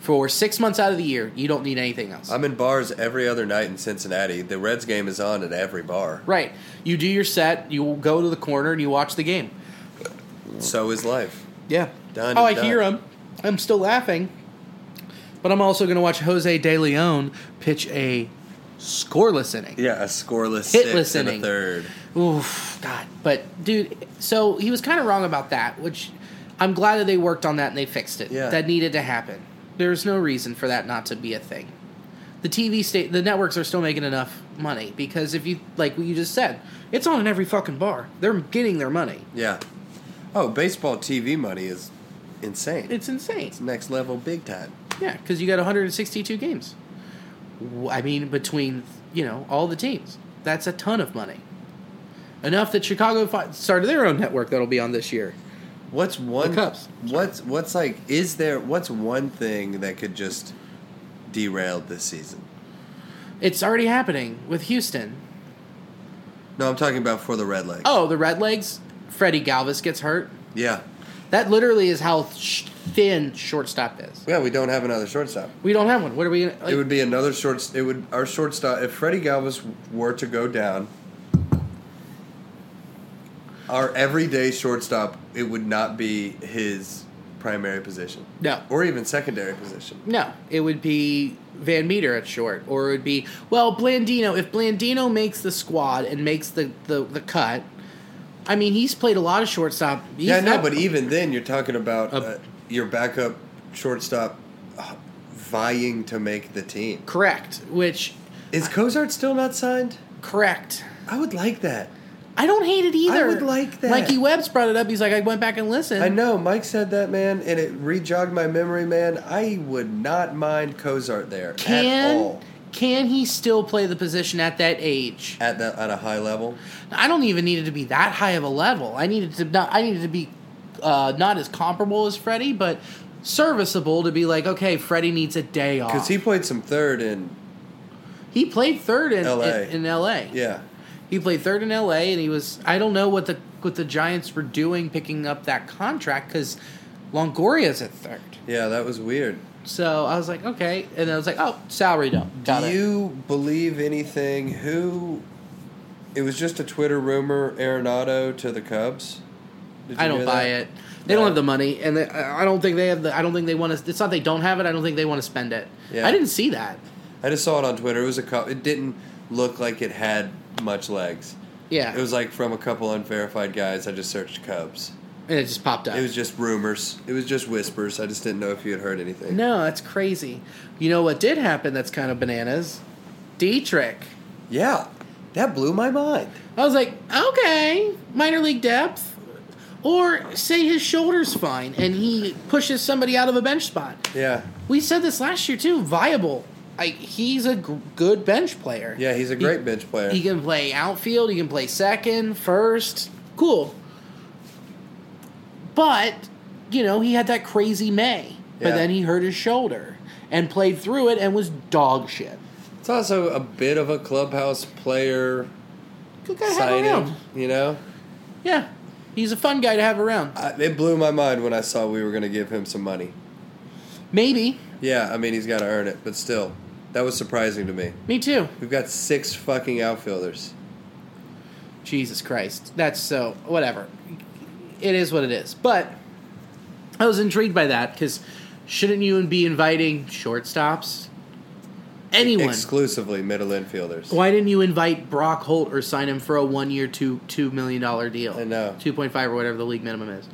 For six months out of the year, you don't need anything else.
I'm in bars every other night in Cincinnati. The Reds game is on at every bar.
right. You do your set. You go to the corner and you watch the game.
So is life.
Yeah.
Done
oh, I
and done.
hear him. I'm still laughing. But I'm also going to watch Jose De Leon pitch a scoreless inning.
Yeah, a scoreless
Hitless
six and a
inning.
third.
Oof, God. But dude, so he was kind of wrong about that, which I'm glad that they worked on that and they fixed it.
Yeah.
That needed to happen. There's no reason for that not to be a thing. The TV state, the networks are still making enough money because if you like what you just said, it's on in every fucking bar. They're getting their money.
Yeah. Oh, baseball TV money is insane. It's
It's insane.
next level, big time.
Yeah, because you got 162 games. W- I mean, between you know all the teams, that's a ton of money. Enough that Chicago fi- started their own network that'll be on this year.
What's one?
The Cubs.
What's what's like? Is there? What's one thing that could just derail this season?
It's already happening with Houston.
No, I'm talking about for the Red Legs.
Oh, the Red Legs. Freddie Galvis gets hurt.
yeah,
That literally is how sh- thin shortstop is.
yeah. We don't have another shortstop.
We don't have one. What are we? Gonna, like,
It would be another short. It would our shortstop if Freddie Galvis were to go down. Our everyday shortstop, it would not be his primary position.
No.
Or even secondary position.
No, it would be Van Meter at short, or it would be well Blandino. If Blandino makes the squad and makes the the, the cut, I mean he's played a lot of shortstop. He's
yeah, no,
not-
but even then, you're talking about
Up.
uh, your backup shortstop uh, vying to make the team.
correct. Which
Is Cozart still not signed?
correct.
I would like that.
I don't hate it either.
would like that.
Mikey Webb's brought it up. He's like, I went back and listened.
I know Mike said that, man, and it re-jogged my memory, man. I would not mind Cozart there at
Can
all
can he still play the position at that age?
at the at a high level.
I don't even need it to be that high of a level. I needed to not. I needed to be uh, not as comparable as Freddie, but serviceable to be like, okay, Freddie needs a day off.
Because he played some third and
he played third in
LA.
In, in L.A.
yeah,
he played third in L.A. and he was. I don't know what the what the Giants were doing picking up that contract because Longoria's at third.
yeah, that was weird.
So I was like, okay, and I was like, oh, salary dump. Got
Do
it.
you believe anything? Who? It was just a Twitter rumor: Arenado to the Cubs. Did you
I don't
hear
buy
that?
it. They
No.
don't have the money, and they, I I don't think they have the. I don't think they want to. It's not they don't have it. I don't think they want to spend it.
Yeah.
I didn't see that.
I just saw it on Twitter. It was a cou- It didn't look like it had much legs.
Yeah,
It was like from a couple unverified guys. I just searched Cubs.
and it just popped up.
It was just rumors. It was just whispers. I just didn't know if you had heard anything.
no, that's crazy. You know what did happen? That's kind of bananas. Dietrich.
Yeah, that blew my mind.
I was like, okay, minor league depth, or say his shoulder's fine and he pushes somebody out of a bench spot.
Yeah,
We said this last year too. Viable. Like he's a g- good bench player.
yeah, he's a
He-
great bench player.
He can play outfield. He can play second, first. Cool. But you know he had that crazy May,
Yeah.
but then he hurt his shoulder and played through it and was dog shit.
it's also a bit of a clubhouse player
Good guy to have
signing.
around.
You know,
Yeah, he's a fun guy to have around.
I, it blew my mind when I saw we were going to give him some money.
Maybe
Yeah, I mean he's got to earn it, but still, that was surprising to me.
me too.
We've got six fucking outfielders.
Jesus Christ, that's so whatever. It is what it is. But I was intrigued by that because shouldn't you be inviting shortstops? Anyone?
Exclusively middle infielders.
Why didn't you invite Brock Holt or sign him for a one year two two million dollar deal?
I know.
Two point five or whatever the league minimum is.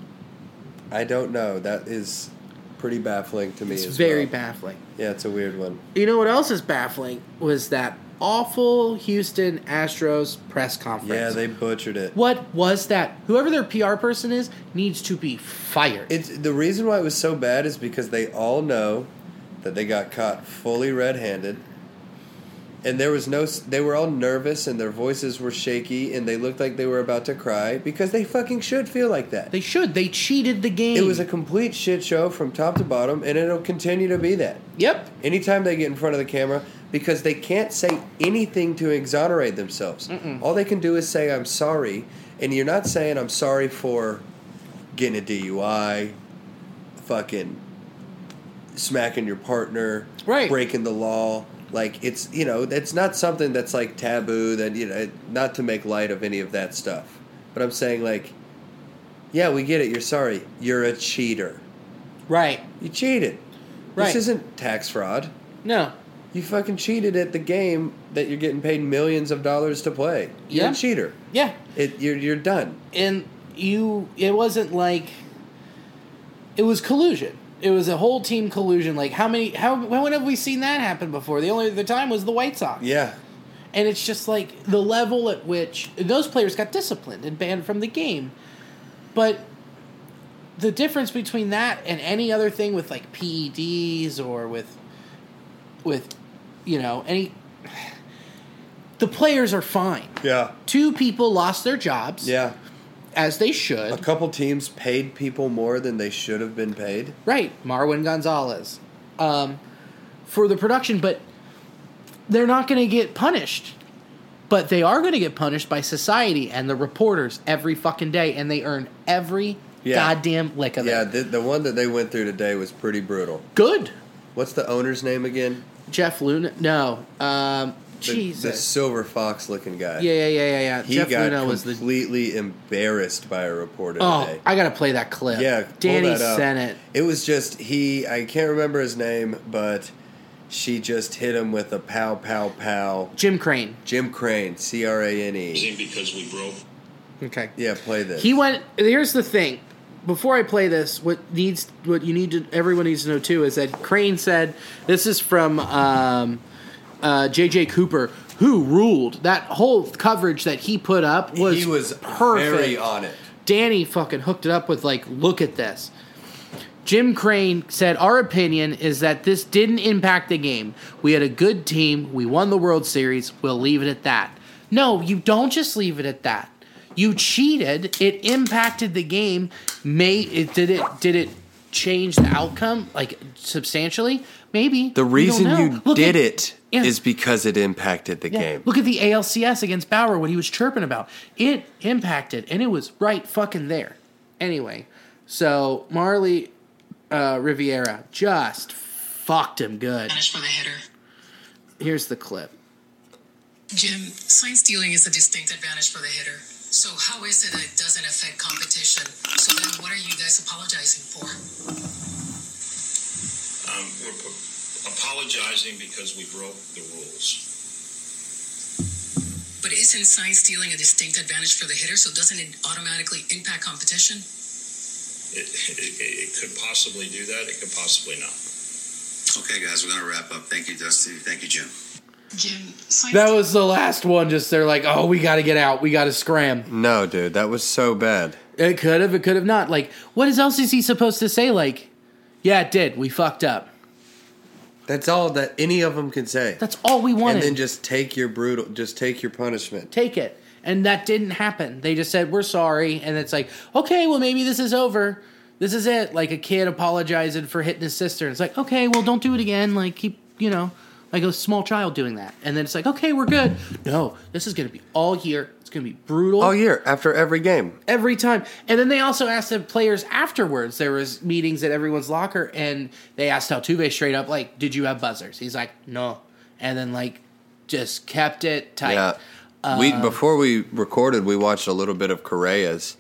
I don't know. That is pretty baffling to me.
It's
as
very
well.
baffling.
Yeah, it's a weird one.
You know what else is baffling was that awful Houston Astros press conference.
Yeah, they butchered it.
What was that? Whoever their PR person is needs to be fired.
It's the reason why it was so bad is because they all know that they got caught fully red-handed, and there was no. s- They were all nervous, and their voices were shaky, and they looked like they were about to cry because they fucking should feel like that.
they should. They cheated the game.
It was a complete shit show from top to bottom, and it'll continue to be that.
yep.
Anytime they get in front of the camera, because they can't say anything to exonerate themselves. All they can do is say, I'm sorry. And you're not saying, I'm sorry for getting a DUI, fucking smacking your partner,
Right.
breaking the law. Like, it's, you know, that's not something that's like taboo, that, you know, not to make light of any of that stuff. But I'm saying, like, yeah, we get it. You're sorry. You're a cheater.
Right.
You cheated. This
Right.
isn't tax fraud.
No.
You fucking cheated at the game that you're getting paid millions of dollars to play. You're
Yeah.
a cheater.
Yeah.
It, you're, you're done.
and you it wasn't like it was collusion it was a whole team collusion like how many how when have we seen that happen before the only other time was the white sox
Yeah.
and it's just like the level at which those players got disciplined and banned from the game but the difference between that and any other thing with like PEDs or with with you know any the players are fine
Yeah.
two people lost their jobs
Yeah.
as they
A
should
couple teams paid people more than they should have been paid.
Right, Marwin Gonzalez, um, for the production, but they're not going to get punished. But they are going to get punished by society and the reporters every fucking day, and they earn every
Yeah.
goddamn lick of
Yeah,
it.
the, the one that they went through today was pretty brutal.
Good,
What's the owner's name again?
Jeff Luna. No, um,
The, the
Jesus.
silver fox looking guy.
yeah, yeah, yeah, yeah, yeah.
He
Jeff
got
Luna was the.
completely embarrassed by a reporter
Oh,
today.
I gotta play that clip.
Yeah, pull
Danny
that up.
Sennett.
It was just he. I can't remember his name, but she just hit him with a pow, pow, pow.
Jim Crane.
Jim Crane, C R A N E.
because we broke.
Okay.
Yeah, play this.
He went. Here's the thing. Before I play this, what needs, what you need to, everyone needs to know too, is that Crane said this is from um, uh, J.J. Cooper, who ruled that whole coverage that he put up was
he was
perfect.
very on it.
Danny fucking hooked it up with like, look at this. Jim Crane said, Our opinion is that this didn't impact the game. We had a good team. We won the World Series. We'll leave it at that. No, you don't just leave it at that. You cheated. It impacted the game. May it did it did it change the outcome like substantially? Maybe.
The
We don't
reason
know.
you
Look
did
at-
it is
Yeah.
because it impacted the
Yeah.
game.
Look at the ALCS against Bauer, what he was chirping about. It impacted, and it was right fucking there. Anyway, so Marley uh, Riviera just fucked him good.
Spanish for the hitter.
Here's the clip.
Jim, sign stealing is a distinct advantage for the hitter. So how is it that it doesn't affect competition? So then what are you guys apologizing for?
Um, we're p- apologizing because we broke the rules.
But isn't sign stealing a distinct advantage for the hitter? So doesn't it automatically impact competition?
It, it, it could possibly do that. It could possibly not.
Okay, guys, we're going to wrap up. Thank you, Dusty. Thank you, Jim.
Jim, sign
That was the last one. Just they're like, oh, we got to get out. We got to scram.
No, dude, that was so bad.
It could have. It could have not. Like, what is else is he supposed to say? Like, yeah, it did. We fucked up.
That's all that any of them can say.
That's all we wanted.
and then just take your brutal, just take your punishment.
take it. And that didn't happen. They just said, we're sorry. And it's like, okay, well, maybe this is over. This is it. Like a kid apologizing for hitting his sister. It's like, okay, well, don't do it again. Like, keep, you know, like a small child doing that. And then it's like, okay, we're good. No, this is going to be all year. It's going to be brutal
All year after every game.
every time. And then they also asked the players afterwards. There was meetings at everyone's locker, and they asked Altuve straight up, like, "Did you have buzzers?" He's like, "No," and then like just kept it tight.
Yeah. we
Um,
before we recorded, we watched a little bit of Correa's.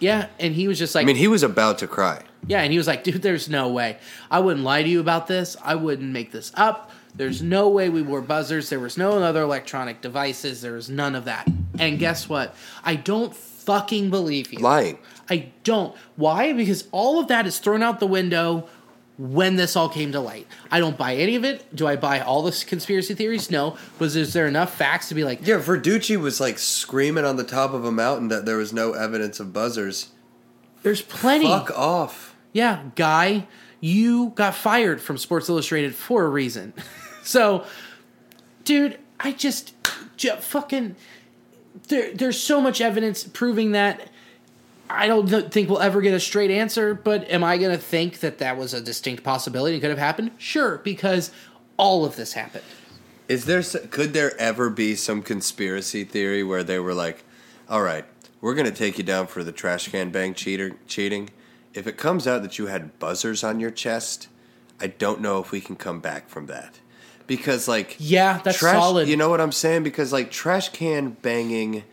Yeah, and he was just like,
I mean, he was about to cry.
Yeah, and he was like, dude, there's no way. I wouldn't lie to you about this. I wouldn't make this up. There's no way we wore buzzers. There was no other electronic devices. There was none of that. And guess what? I don't fucking believe you.
Lying.
I don't. Why? Because all of that is thrown out the window when this all came to light. I don't buy any of it. Do I buy all the conspiracy theories? No. Was is there enough facts to be like,
Yeah, Verducci was like screaming on the top of a mountain that there was no evidence of buzzers.
there's plenty.
Fuck off.
Yeah, guy, you got fired from Sports Illustrated for a reason. so, dude, I just, ju- fucking there, there's so much evidence proving that. I don't th- think we'll ever get a straight answer, but am I going to think that that was a distinct possibility and could have happened? Sure, because all of this happened.
Is there s- could there ever be some conspiracy theory where they were like, "All right, we're going to take you down for the trash can bang cheater cheating. If it comes out that you had buzzers on your chest, I don't know if we can come back from that." Because like
Yeah, that's
trash,
solid.
You know what I'm saying? Because like trash can banging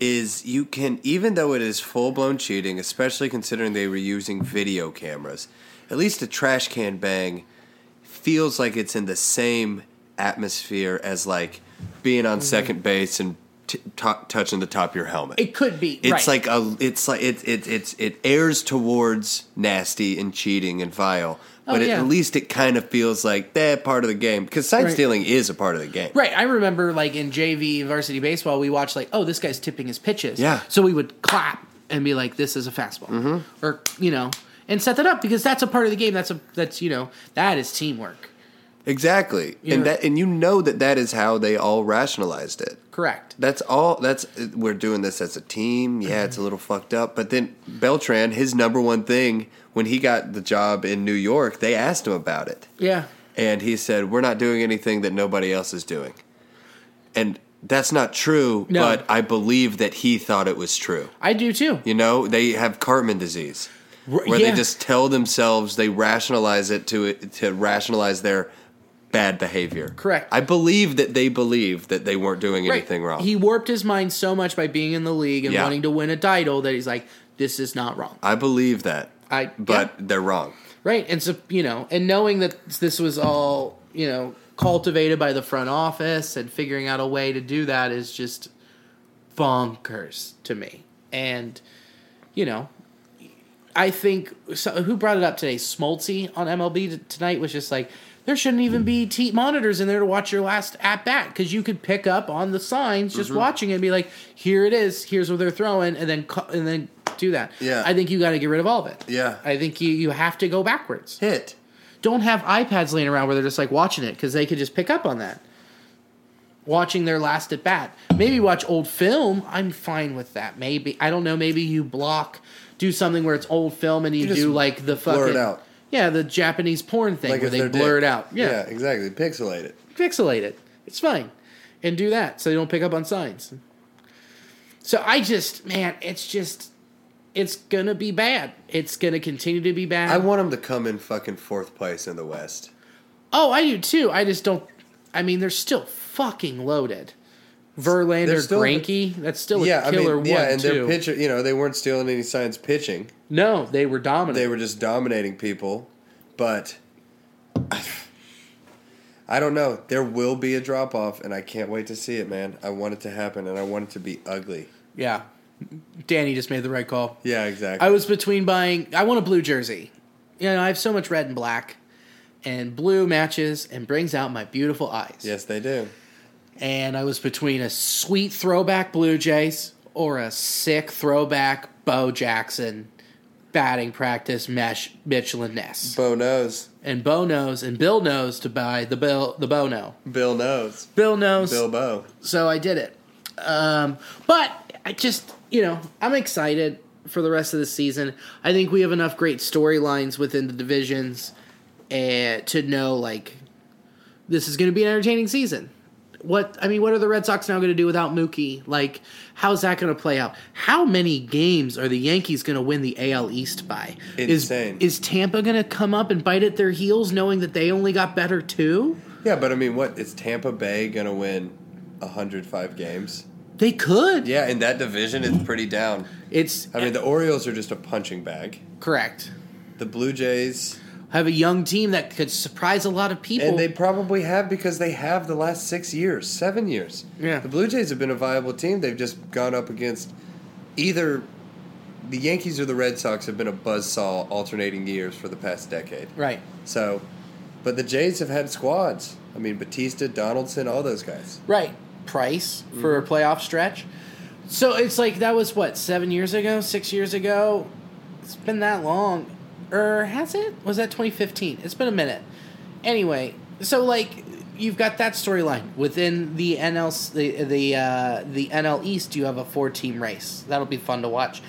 is you can even though it is full blown cheating, especially considering they were using video cameras. At least a trash can bang feels like it's in the same atmosphere as like being
Mm-hmm.
on second base and t- t- touching the top of your helmet.
it could be.
it's
right.
like a it's like it it it's it airs towards nasty and cheating and vile.
Oh,
But
yeah.
at least it kind of feels like that part of the game because sign
Right.
stealing is a part of the game.
Right, I remember like in JV varsity baseball, we watched like, oh, this guy's tipping his pitches.
Yeah. Mm-hmm.
So we would clap and be like, this is a fastball, or you know, and set that up because that's a part of the game. That's a that's you know that is teamwork.
Exactly,
You're-
and that and you know that that is how they all rationalized it.
Correct.
That's all. That's we're doing this as a team.
Mm-hmm.
Yeah, it's a little fucked up. But then Beltran, his number one thing when he got the job in New York, they asked him about it,
Yeah.
and he said, "We're not doing anything that nobody else is doing," and that's not true.
No.
But I believe that he thought it was true.
I do too.
You know, they have Cartman disease where
yeah.
they just tell themselves they rationalize it to to rationalize their bad behavior.
Correct.
I believe that they believe that they weren't doing anything wrong.
He warped his mind so much by being in the league and
Yeah.
wanting to win a title that he's like, this is not wrong.
I believe that.
I-
but
yeah.
they're wrong.
Right. And so, you know, and knowing that this was all, you know, cultivated by the front office and figuring out a way to do that is just bonkers to me. And, you know, I think so, who brought it up today? Smoltzy on MLB t- tonight was just like, there shouldn't even be t- monitors in there to watch your last at bat because you could pick up on the signs
Mm-hmm.
just watching it and be like, here it is, here's what they're throwing, and then cu- and then do that.
Yeah.
I think you got to get rid of all of it.
Yeah.
I think you you have to go backwards.
Hit.
Don't have iPads laying around where they're just like watching it because they could just pick up on that. Watching their last at bat, maybe watch old film. I'm fine with that. Maybe I don't know. Maybe you block, do something where it's old film and you,
just
do like the fucking
blur it out.
Yeah, the Japanese porn thing where
if
they
they're
blur it
dick.
out. Yeah,
exactly. Pixelate it.
pixelate it. It's fine, and do that so they don't pick up on signs. So I just, man, it's just, it's gonna be bad. It's gonna continue to be bad.
I want him to come in fucking fourth place in the West.
Oh, I do too. I just don't. I mean, they're still fucking loaded. Verlander,
They're still-
Granky. That's still a
yeah, I
killer
mean, yeah,
one
and
too.
their pitcher, you know, they weren't stealing any signs pitching.
no, they were dominant.
They were just dominating people, but I don't know. There will be a drop off, and I can't wait to see it, man. I want it to happen, and I want it to be ugly.
yeah. Danny just made the right call.
Yeah, exactly.
I was between buying. I want a blue jersey. You know, I have so much red and black, and blue matches and brings out my beautiful eyes.
yes, they do.
And I was between a sweet throwback Blue Jays or a sick throwback Bo Jackson batting practice mesh Michelin Ness.
Bo knows.
and Bo knows, and Bill knows to buy the Bill the Bono.
Bill knows.
Bill knows,
Bill Bo.
so I did it. Um, but I just, you know, I'm excited for the rest of the season. I think we have enough great storylines within the divisions uh, to know like this is going to be an entertaining season. What I mean, what are the Red Sox now going to do without Mookie? Like, how's that going to play out? How many games are the Yankees going to win the AL East by?
Insane.
Is, is Tampa going to come up and bite at their heels, knowing that they only got better too?
Yeah, but I mean, what is Tampa Bay gonna win? 105 games.
They could.
Yeah, in that division, it's pretty down.
It's
I mean, the Orioles are just a punching bag.
correct.
The Blue Jays,
have a young team that could surprise a lot of people.
and they probably have because they have the last six years, seven years.
Yeah.
the Blue Jays have been a viable team. They've just gone up against either the Yankees or the Red Sox have been a buzzsaw alternating years for the past decade.
right,
So, but the Jays have had squads. I mean, Batista, Donaldson, all those guys.
right. Price
Mm-hmm.
for a playoff stretch. So it's like that was what seven years ago, six years ago. It's been that long, or has it? Was that 2015? It's been a minute. Anyway, so like you've got that storyline within the NL the the uh, the NL East. You have a four team race that'll be fun to watch.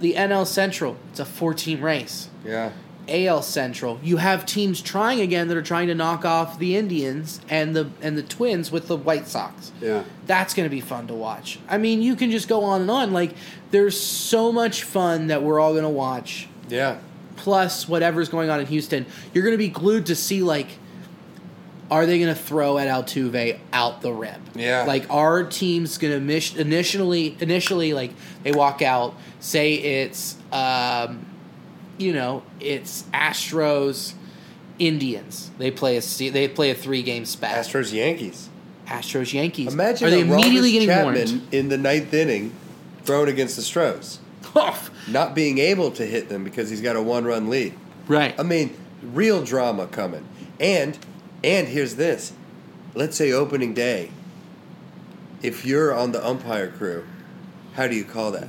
The NL Central, it's a four team race.
Yeah.
AL Central. You have teams trying again that are trying to knock off the Indians and the and the Twins with the White Sox.
Yeah.
That's going to be fun to watch. I mean, you can just go on and on. Like there's so much fun that we're all going to watch
Yeah.
plus whatever's going on in Houston. You're going to be glued to see like are they going to throw at Altuve out the rim?
Yeah.
Like our team's going to miss initially initially like they walk out say it's um you know, it's Astros Indians. They play a se- they play a three game spat.
Astros, Yankees.
Astros Yankees.
Imagine
are they
a
immediately
Aroldis
getting
Chapman
warned?
in the ninth inning, thrown against the Stros, not being able to hit them because he's got a one-run lead.
right.
I mean, real drama coming. And and here's this. Let's say opening day. If you're on the umpire crew, how do you call that?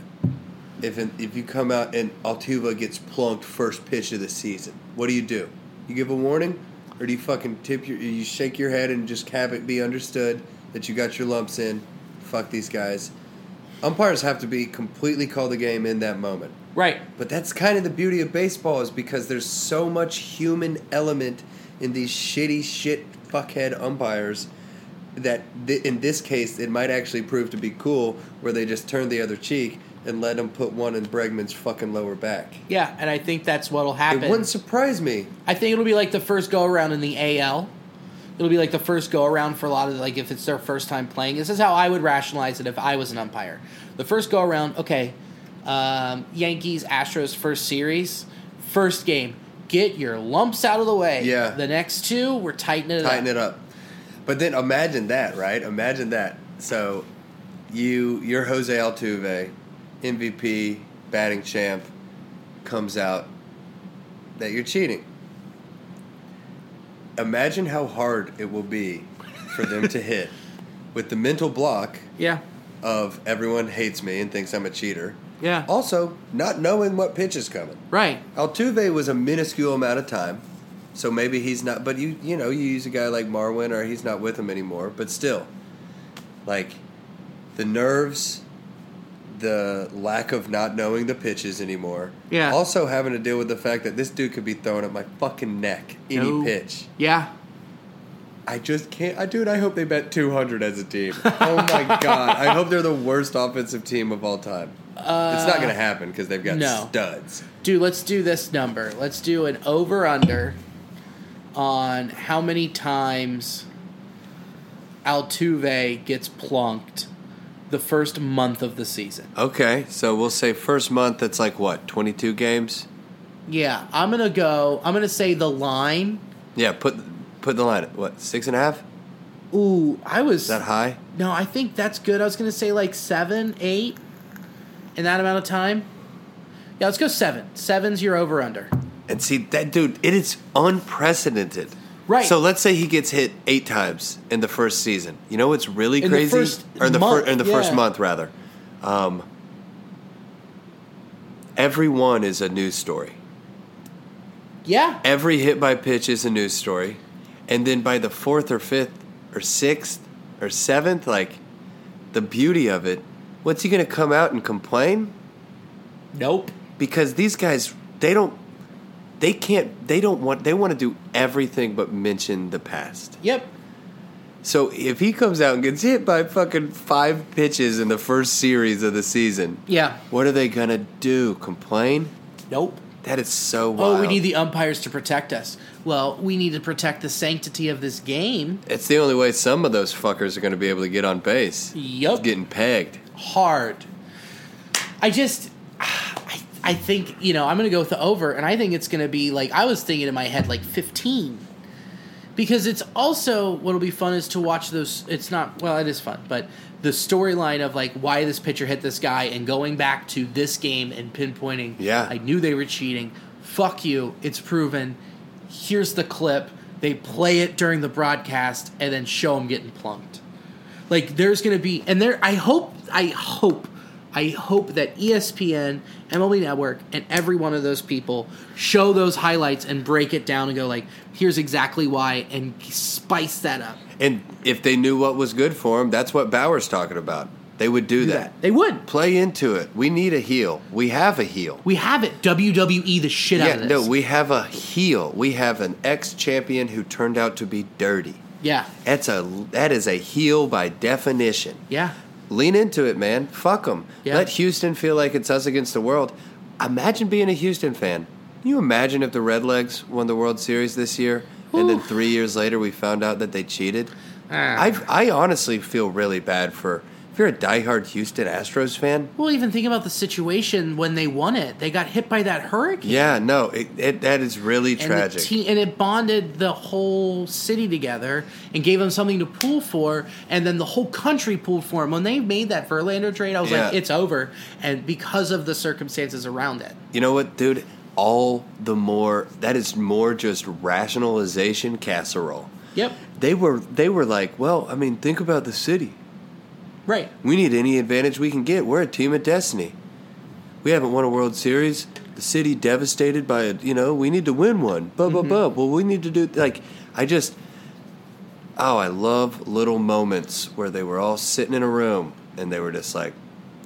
If if you come out and Altuve gets plunked first pitch of the season, what do you do? You give a warning, or do you fucking tip your? You shake your head and just have it be understood that you got your lumps in. Fuck these guys. Umpires have to be completely call the game in that moment.
right.
But that's kind of the beauty of baseball is because there's so much human element in these shitty shit fuckhead umpires that th- in this case it might actually prove to be cool where they just turn the other cheek and let them put one in Bregman's fucking lower back.
Yeah, and I think that's what'll happen.
It wouldn't surprise me.
I think it'll be like the first go around in the AL. it'll be like the first go around for a lot of like if it's their first time playing. This is how I would rationalize it if I was an umpire. The first go around, okay, um, Yankees Astros first series, first game, get your lumps out of the way.
Yeah.
The next two, we're tightening it
tighten
up.
it up. But then imagine that, right? Imagine that. So you you're Jose Altuve, MVP, batting champ, comes out that you're cheating. Imagine how hard it will be for them to hit with the mental block
Yeah.
of everyone hates me and thinks I'm a cheater.
Yeah.
Also, not knowing what pitch is coming.
Right.
Altuve was a minuscule amount of time, so maybe he's not. But you you know you use a guy like Marwin, or he's not with him anymore. But still, like the nerves, the lack of not knowing the pitches anymore.
Yeah.
Also having to deal with the fact that this dude could be thrown at my fucking neck any
No.
pitch.
Yeah.
I just can't. I dude, I hope they bet two hundred as a team. Oh my god, I hope they're the worst offensive team of all time. it's not gonna happen because they've got
no.
studs.
Dude, let's do this number. Let's do an over under on how many times Altuve gets plunked the first month of the season.
Okay, so we'll say first month. That's like what twenty two games.
Yeah, I'm going to go. I'm going to say the line.
Yeah, put put the line at what six and a half. Is
Ooh, I was.
that high?
No, I think that's good. I was going to say like seven, eight in that amount of time. Yeah, let's go seven. Seven's your over under.
And see that dude, it is unprecedented.
Right.
So let's say he gets hit eight times in the first season. You know what's really
In the
crazy?
first
or in the
month,
in the first
yeah.
month rather. Um, every one is a news story.
Yeah.
Every hit by pitch is a news story, and then by the fourth or fifth or sixth or seventh, like the beauty of it, what's he going to come out and complain?
Nope.
because these guys they don't they can't they don't want they want to do everything but mention the past
Yep.
so if he comes out and gets hit by fucking five pitches in the first series of the season
Yeah.
what are they gonna do complain
Nope.
that is so wild
Oh, we need the umpires to protect us. Well, we need to protect the sanctity of this game.
it's the only way some of those fuckers are gonna be able to get on base
Yup.
getting pegged
hard. I just, I, I think you know I'm gonna go with the over, and I think it's gonna be like I was thinking in my head like 15, because it's also what'll be fun is to watch those. It's not well, it is fun, but the storyline of like why this pitcher hit this guy and going back to this game and pinpointing.
Yeah.
I knew they were cheating. Fuck you. It's proven. Here's the clip. They play it during the broadcast and then show them getting plunked. Like there's going to be, and there. I hope. I hope. I hope that E ESPN, MLB Network, and every one of those people show those highlights and break it down and go like, here's exactly why, and spice that up.
and if they knew what was good for him that's what bauer's talking about they would do, that.
They would.
play into it we need a heel we have a heel
We have it. WWE the shit out of
Yeah,
this.
no, we have a heel. We have an ex-champion who turned out to be dirty.
yeah.
That's a that is a heel by definition.
Yeah.
Lean into it, man. Fuck them.
Yeah.
Let Houston feel like it's us against the world. Imagine being a Houston fan. Can you imagine if the Redlegs won the World Series this year and then 3 years later we found out that they cheated?
Ah.
I I honestly feel really bad for if you're a diehard Houston Astros fan,
Well, even think about the situation when they won it. They got hit by that hurricane.
yeah, no, it, it, that is really
and
tragic.
The te- and it bonded the whole city together and gave them something to pool for, and then the whole country pooled for them. When they made that Verlander trade, I was like,
Yeah.
it's over, and because of the circumstances around it.
You know what, dude? All the more that is more just rationalization casserole.
Yep.
They were they were like, well, I mean, think about the city.
Right.
We need any advantage we can get. We're a team of destiny. We haven't won a World Series. The city devastated by it. You know, we need to win one. Blah
Mm-hmm.
blah blah. Well, we need to do like I just. Oh, I love little moments where they were all sitting in a room and they were just like,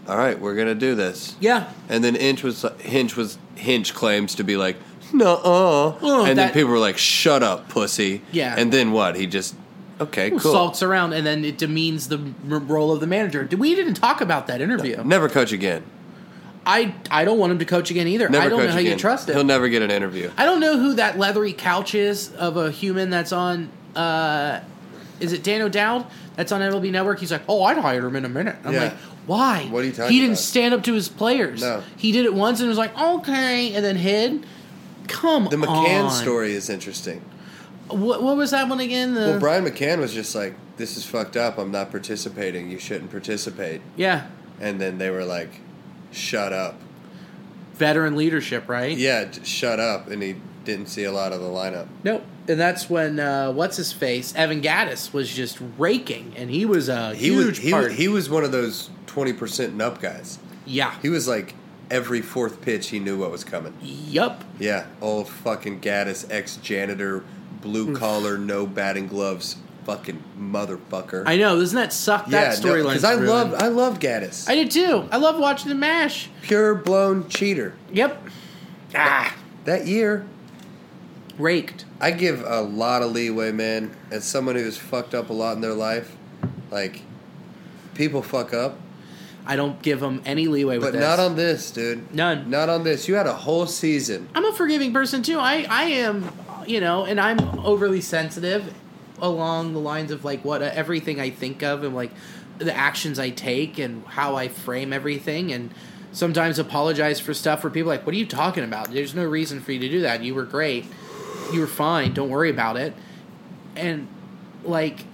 "All right, we're gonna do this."
Yeah.
And then Hinch was Hinch was Hinch claims to be like, no, uh,
Oh,
and then
that-
people were like, "Shut up, pussy."
Yeah.
And then what? He just okay, cool.
Salts around, and then it demeans the r- role of the manager. D- We didn't talk about that interview.
Never coach again.
I I don't want him to coach again either.
Never
I don't
coach
know how
again.
you trust him.
He'll never get an interview.
I don't know who that leathery couch is of a human that's on uh, is it Dan O'Dowd? That's on MLB Network. He's like, oh, I'd hire him in a minute. I'm
Yeah.
like, why?
What are you talking
He didn't
about?
stand up to his players.
No.
He did it once and was like, okay, and then hid. Come
The McCann
on.
story is interesting.
What, what was that one again? The,
Well, Brian McCann was just like, "This is fucked up. I'm not participating. You shouldn't participate."
yeah,
And then they were like, "Shut up."
veteran leadership, right?
Yeah, d- shut up. And he didn't see a lot of the lineup.
Nope. And that's when uh, what's his face Evan Gaddis was just raking, and he was a
He
huge
was he,
part.
was he was one of those twenty percent and up guys.
yeah.
He was like every fourth pitch, he knew what was coming.
yup.
Yeah, old fucking Gaddis, ex janitor,
Hmm.
blue collar, no batting gloves, fucking motherfucker.
I know. Doesn't that suck?
yeah,
that storyline.
because I loved I loved Gaddis.
I did too. I love watching the mash.
Pure blown cheater.
Yep. Ah,
That year,
raked.
I give a lot of leeway, man. As someone who's fucked up a lot in their life, like people fuck up,
I don't give him any leeway with
but
this.
not on this, dude.
None.
Not on this. You had a whole season.
I'm a forgiving person too. I I am, you know, and I'm overly sensitive along the lines of like what uh, everything I think of and like the actions I take and how I frame everything and sometimes apologize for stuff where people are like, "What are you talking about? There's no reason for you to do that. You were great. You were fine. Don't worry about it." And like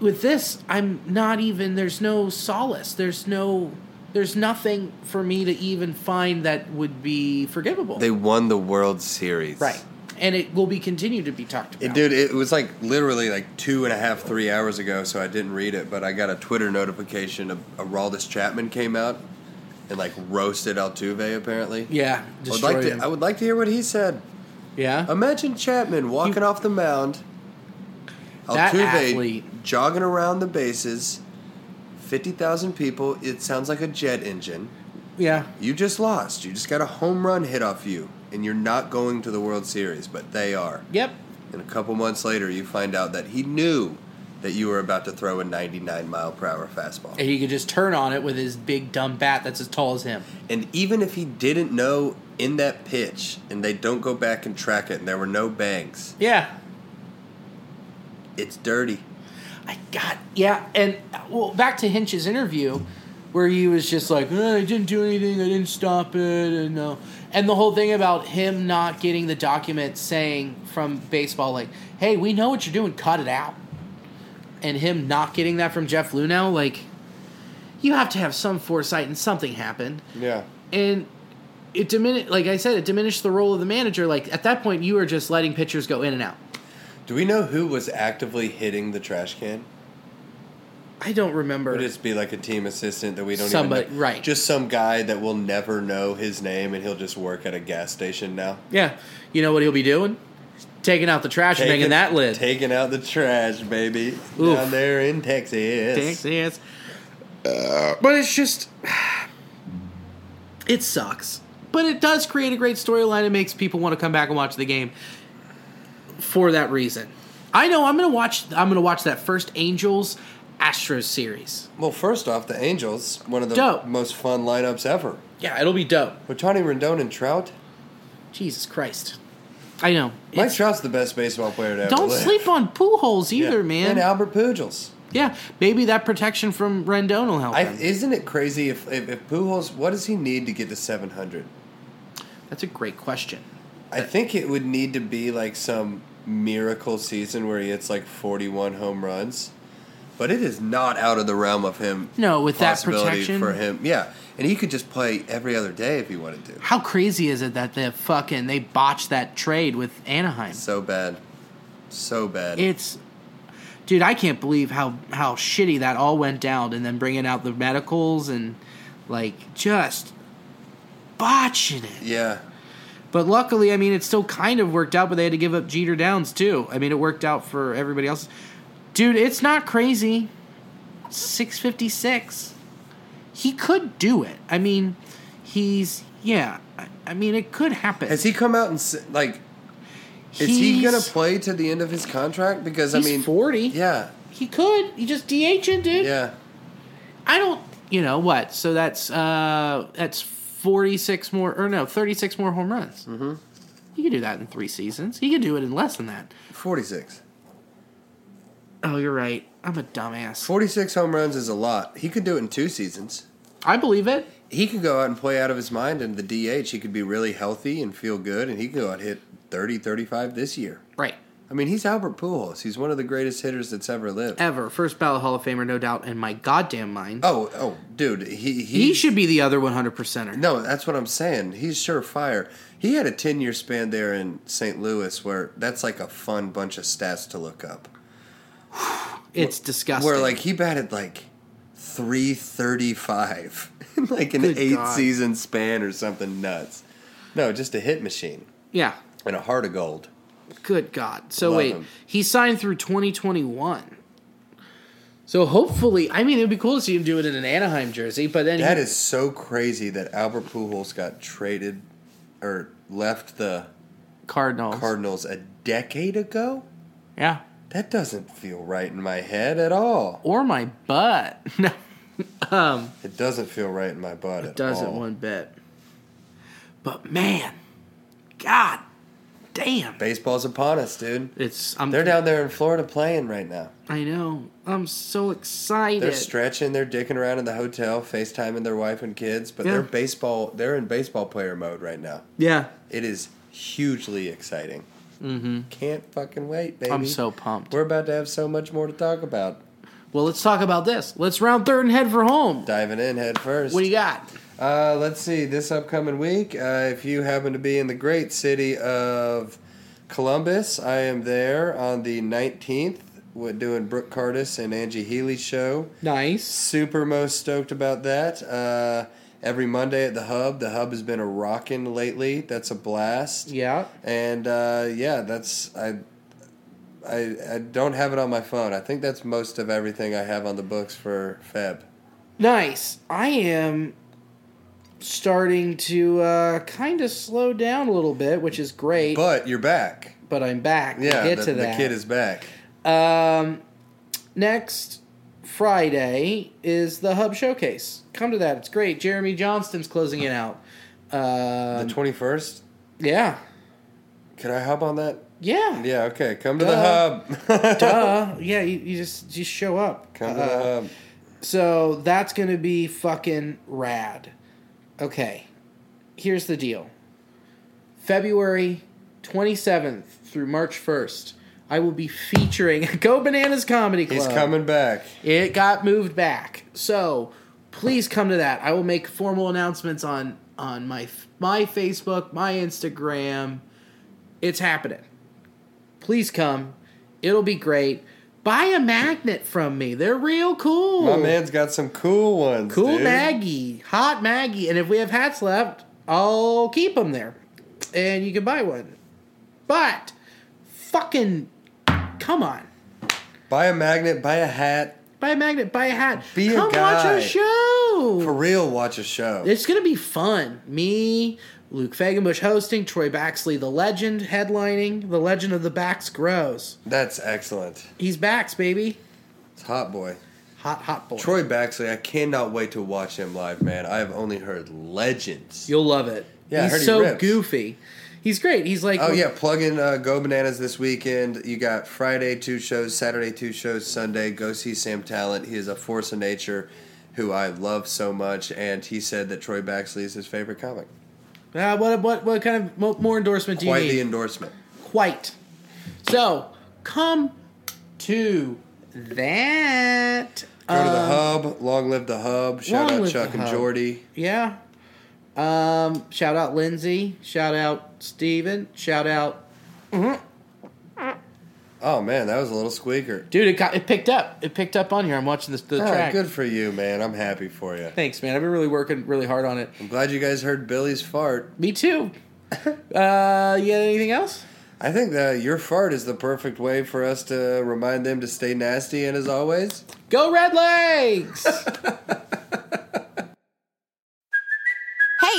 with this, I'm not even there's no solace. There's no there's nothing for me to even find that would be forgivable.
They won the World Series.
Right. And it will be continued to be talked about.
It, dude, it was like literally like two and a half, three hours ago, so I didn't read it, but I got a Twitter notification of Araldis Chapman came out and like roasted Altuve apparently.
Yeah.
I would,
Destroyed
like to,
him.
I would Um, like to hear what he said.
yeah.
Imagine Chapman walking off the mound,
That
Altuve
athlete.
jogging around the bases, 50,000 people. It sounds like a jet engine.
yeah.
You just lost. You just got a home run hit off you, and you're not going to the World Series, but they are.
Yep.
And a couple months later, you find out that he knew that you were about to throw a 99 mile per hour fastball.
And he could just turn on it with his big dumb bat that's as tall as him.
And even if he didn't know in that pitch, and they don't go back and track it, and there were no bangs,
Yeah.
it's dirty.
I got yeah, and well, back to Hinch's interview, where he was just like, "Eh, I didn't do anything, I didn't stop it, and no, and the whole thing about him not getting the document saying from baseball, like, "Hey, we know what you're doing, cut it out," and him not getting that from Jeff Lunau, like, you have to have some foresight, and something happened,
Yeah.
and it diminished, like I said, it diminished the role of the manager. Like at that point, you were just letting pitchers go in and out.
Do we know who was actively hitting the trash can?
I don't remember.
Would it just be like a team assistant that we don't
Somebody-
even know?
right.
Just some guy that we'll never know his name and he'll just work at a gas station now.
Yeah. You know what he'll be doing? Taking out the trash and making
Taking-
that lid.
Taking out the trash, baby.
Oof.
Down there in Texas.
Yes. Uh, but it's just. It sucks. But it does create a great storyline. It makes people want to come back and watch the game for that reason. I know I'm gonna watch I'm gonna watch that first Angels Astros series.
Well, first off, the Angels, one of the
Dope.
most fun lineups ever.
Yeah, it'll be dope.
With Tony Rendon and Trout,
Jesus Christ. I know.
Mike
It's-
Trout's the best baseball player to ever
don't
live.
sleep on poo holes
Yeah.
either,
And
man.
Albert Pujols.
yeah, maybe that protection from Rendon will help.
I,
him.
isn't it crazy if, if, if Pujols, what does he need to get to 700?
That's a great question.
I think it would need to be like some miracle season where he hits like 41 home runs. But it is not out of the realm of him.
No, with that
possibility
protection?
for him. Yeah. And he could just play every other day if he wanted to.
How crazy is it that the fucking they botched that trade with Anaheim?
So bad. So bad.
It's dude, I can't believe how how shitty that all went down, and then bringing out the medicals and like just botching it.
yeah.
But luckily, I mean, it still kind of worked out. But they had to give up Jeter Downs too. I mean, it worked out for everybody else. Dude, it's not crazy. Six fifty six. He could do it. I mean, he's yeah. I, I mean, it could happen.
Has he come out and s- like is he
He's-
going to play to the end of his contract because I
He's
mean
forty.
Yeah.
he could. He just DHing, dude.
Yeah.
I don't. You know what? So that's uh that's forty six more or no thirty six more home runs. Mm-hmm. He could do that in three seasons. He could do it in less than that.
46.
Oh, you're right. I'm a dumbass.
46 home runs is a lot. He could do it in two seasons.
I believe it.
He could go out and play out of his mind in the DH. He could be really healthy and feel good, and he could go out and hit 30, 35 this year.
Right.
I mean, he's Albert Pujols. He's one of the greatest hitters that's ever lived.
Ever. First ballot Hall of Famer, no doubt, in my goddamn mind.
Oh, oh, dude, he he,
he should be the other 100%er.
No, that's what I'm saying. He's surefire. He had a 10 year span there in St. Louis where that's like a fun bunch of stats to look up.
it's disgusting.
Where like he batted like 335 in like an
Good
eight
God.
season span or something nuts. No, just a hit machine
Yeah.
and a heart of gold.
Good God. So
Love
wait,
him.
he signed through 2021. So hopefully, I mean, it would be cool to see him do it in an Anaheim jersey, but then
That is so crazy that Albert Pujols got traded or left the
Cardinals.
Cardinals a decade ago.
yeah.
That doesn't feel right in my head at all.
Or my butt. No.
It doesn't feel right in my butt. at
doesn't
all.
one bit. But man, God damn,
Baseball's upon us, dude.
it's I'm
They're down there in Florida playing right now.
I know I'm so excited.
They're stretching. They're dicking around in the hotel, FaceTiming their wife and kids. But
Yeah.
they're baseball. They're in baseball player mode right now.
yeah,
It is hugely exciting. Mm-hmm. Can't fucking wait, baby.
I'm so pumped.
We're about to have so much more to talk about.
Well, let's talk about this. Let's round third and head for home.
Diving in head first.
What do you got?
Uh, let's see. This upcoming week, uh, if you happen to be in the great city of Columbus, I am there on the 19th with- doing Brooke Cardis and Angie Healy's show.
Nice.
Super most stoked about that. Uh, every Monday at the Hub. The Hub has been a rockin' lately. That's a blast.
Yeah.
And uh, yeah, that's I, I. I don't have it on my phone. I think that's most of everything I have on the books for Feb.
Nice. I am starting to uh, kind of slow down a little bit, which is great. But,
But you're back.
I'm back. We'll
Yeah,
get
the,
to
the
that.
kid is back.
Um, next Friday is the Hub Showcase. Come to that; it's great. Jeremy Johnston's closing it out.
The
Um,
twenty first.
yeah,
Could I hop on that?
yeah,
Yeah. Okay. Come
Uh,
to
Duh.
the hub.
duh, yeah. You, you just just show up.
Come to
Uh,
the hub.
So that's gonna be fucking rad. Okay, here's the deal. February 27th through March 1st, I will be featuring Go Bananas Comedy Club.
He's coming back.
It got moved back. So please come to that. I will make formal announcements on on my my Facebook, my Instagram. It's happening. Please come. It'll be great. Buy a magnet from me. They're real cool.
My man's got some cool ones.
cool
dude.
Maggie, hot Maggie, and if we have hats left, I'll keep them there, and you can buy one. But fucking come on.
Buy a magnet. Buy a hat.
Buy a magnet, buy a hat.
Be a
Come watch
guy.
our show.
For real, watch a show.
it's gonna be fun. Me, Luke Fagenbush hosting, Troy Baxley, the legend, headlining, the legend of the backs grows.
That's excellent.
He's backs, baby.
It's hot boy.
Hot, hot boy.
Troy Baxley. I cannot wait to watch him live, man. I have only heard legends.
You'll love it.
Yeah, I
he's
heard he
so
rips.
goofy. He's great. He's like,
Oh yeah, plug in uh, Go Bananas this weekend. You got Friday two shows, Saturday two shows, Sunday go see Sam Talent. He is a force of nature, who I love so much, and he said that Troy Baxley is his favorite comic.
Ah, what, what, what kind of mo- more endorsement do you
Quite
need?
the endorsement.
Quite. So come to that. Uh,
Go to the Hub. Long live the Hub. Shout
um, Long
out
live
Chuck
the
and
Hub.
Jordy.
Yeah. Um, shout out Lindsay. Shout out Steven. Shout out.
Oh man, that was a little squeaker.
Dude, it got it picked up. It picked up on here. I'm watching this the
Ah,
track.
good for you, man. I'm happy for you.
Thanks, man. I've been really working really hard on it.
I'm glad you guys heard Billy's fart.
Me too. uh, you got anything else?
I think that your fart is the perfect way for us to remind them to stay nasty. And as always,
Go Red Legs!
Hey,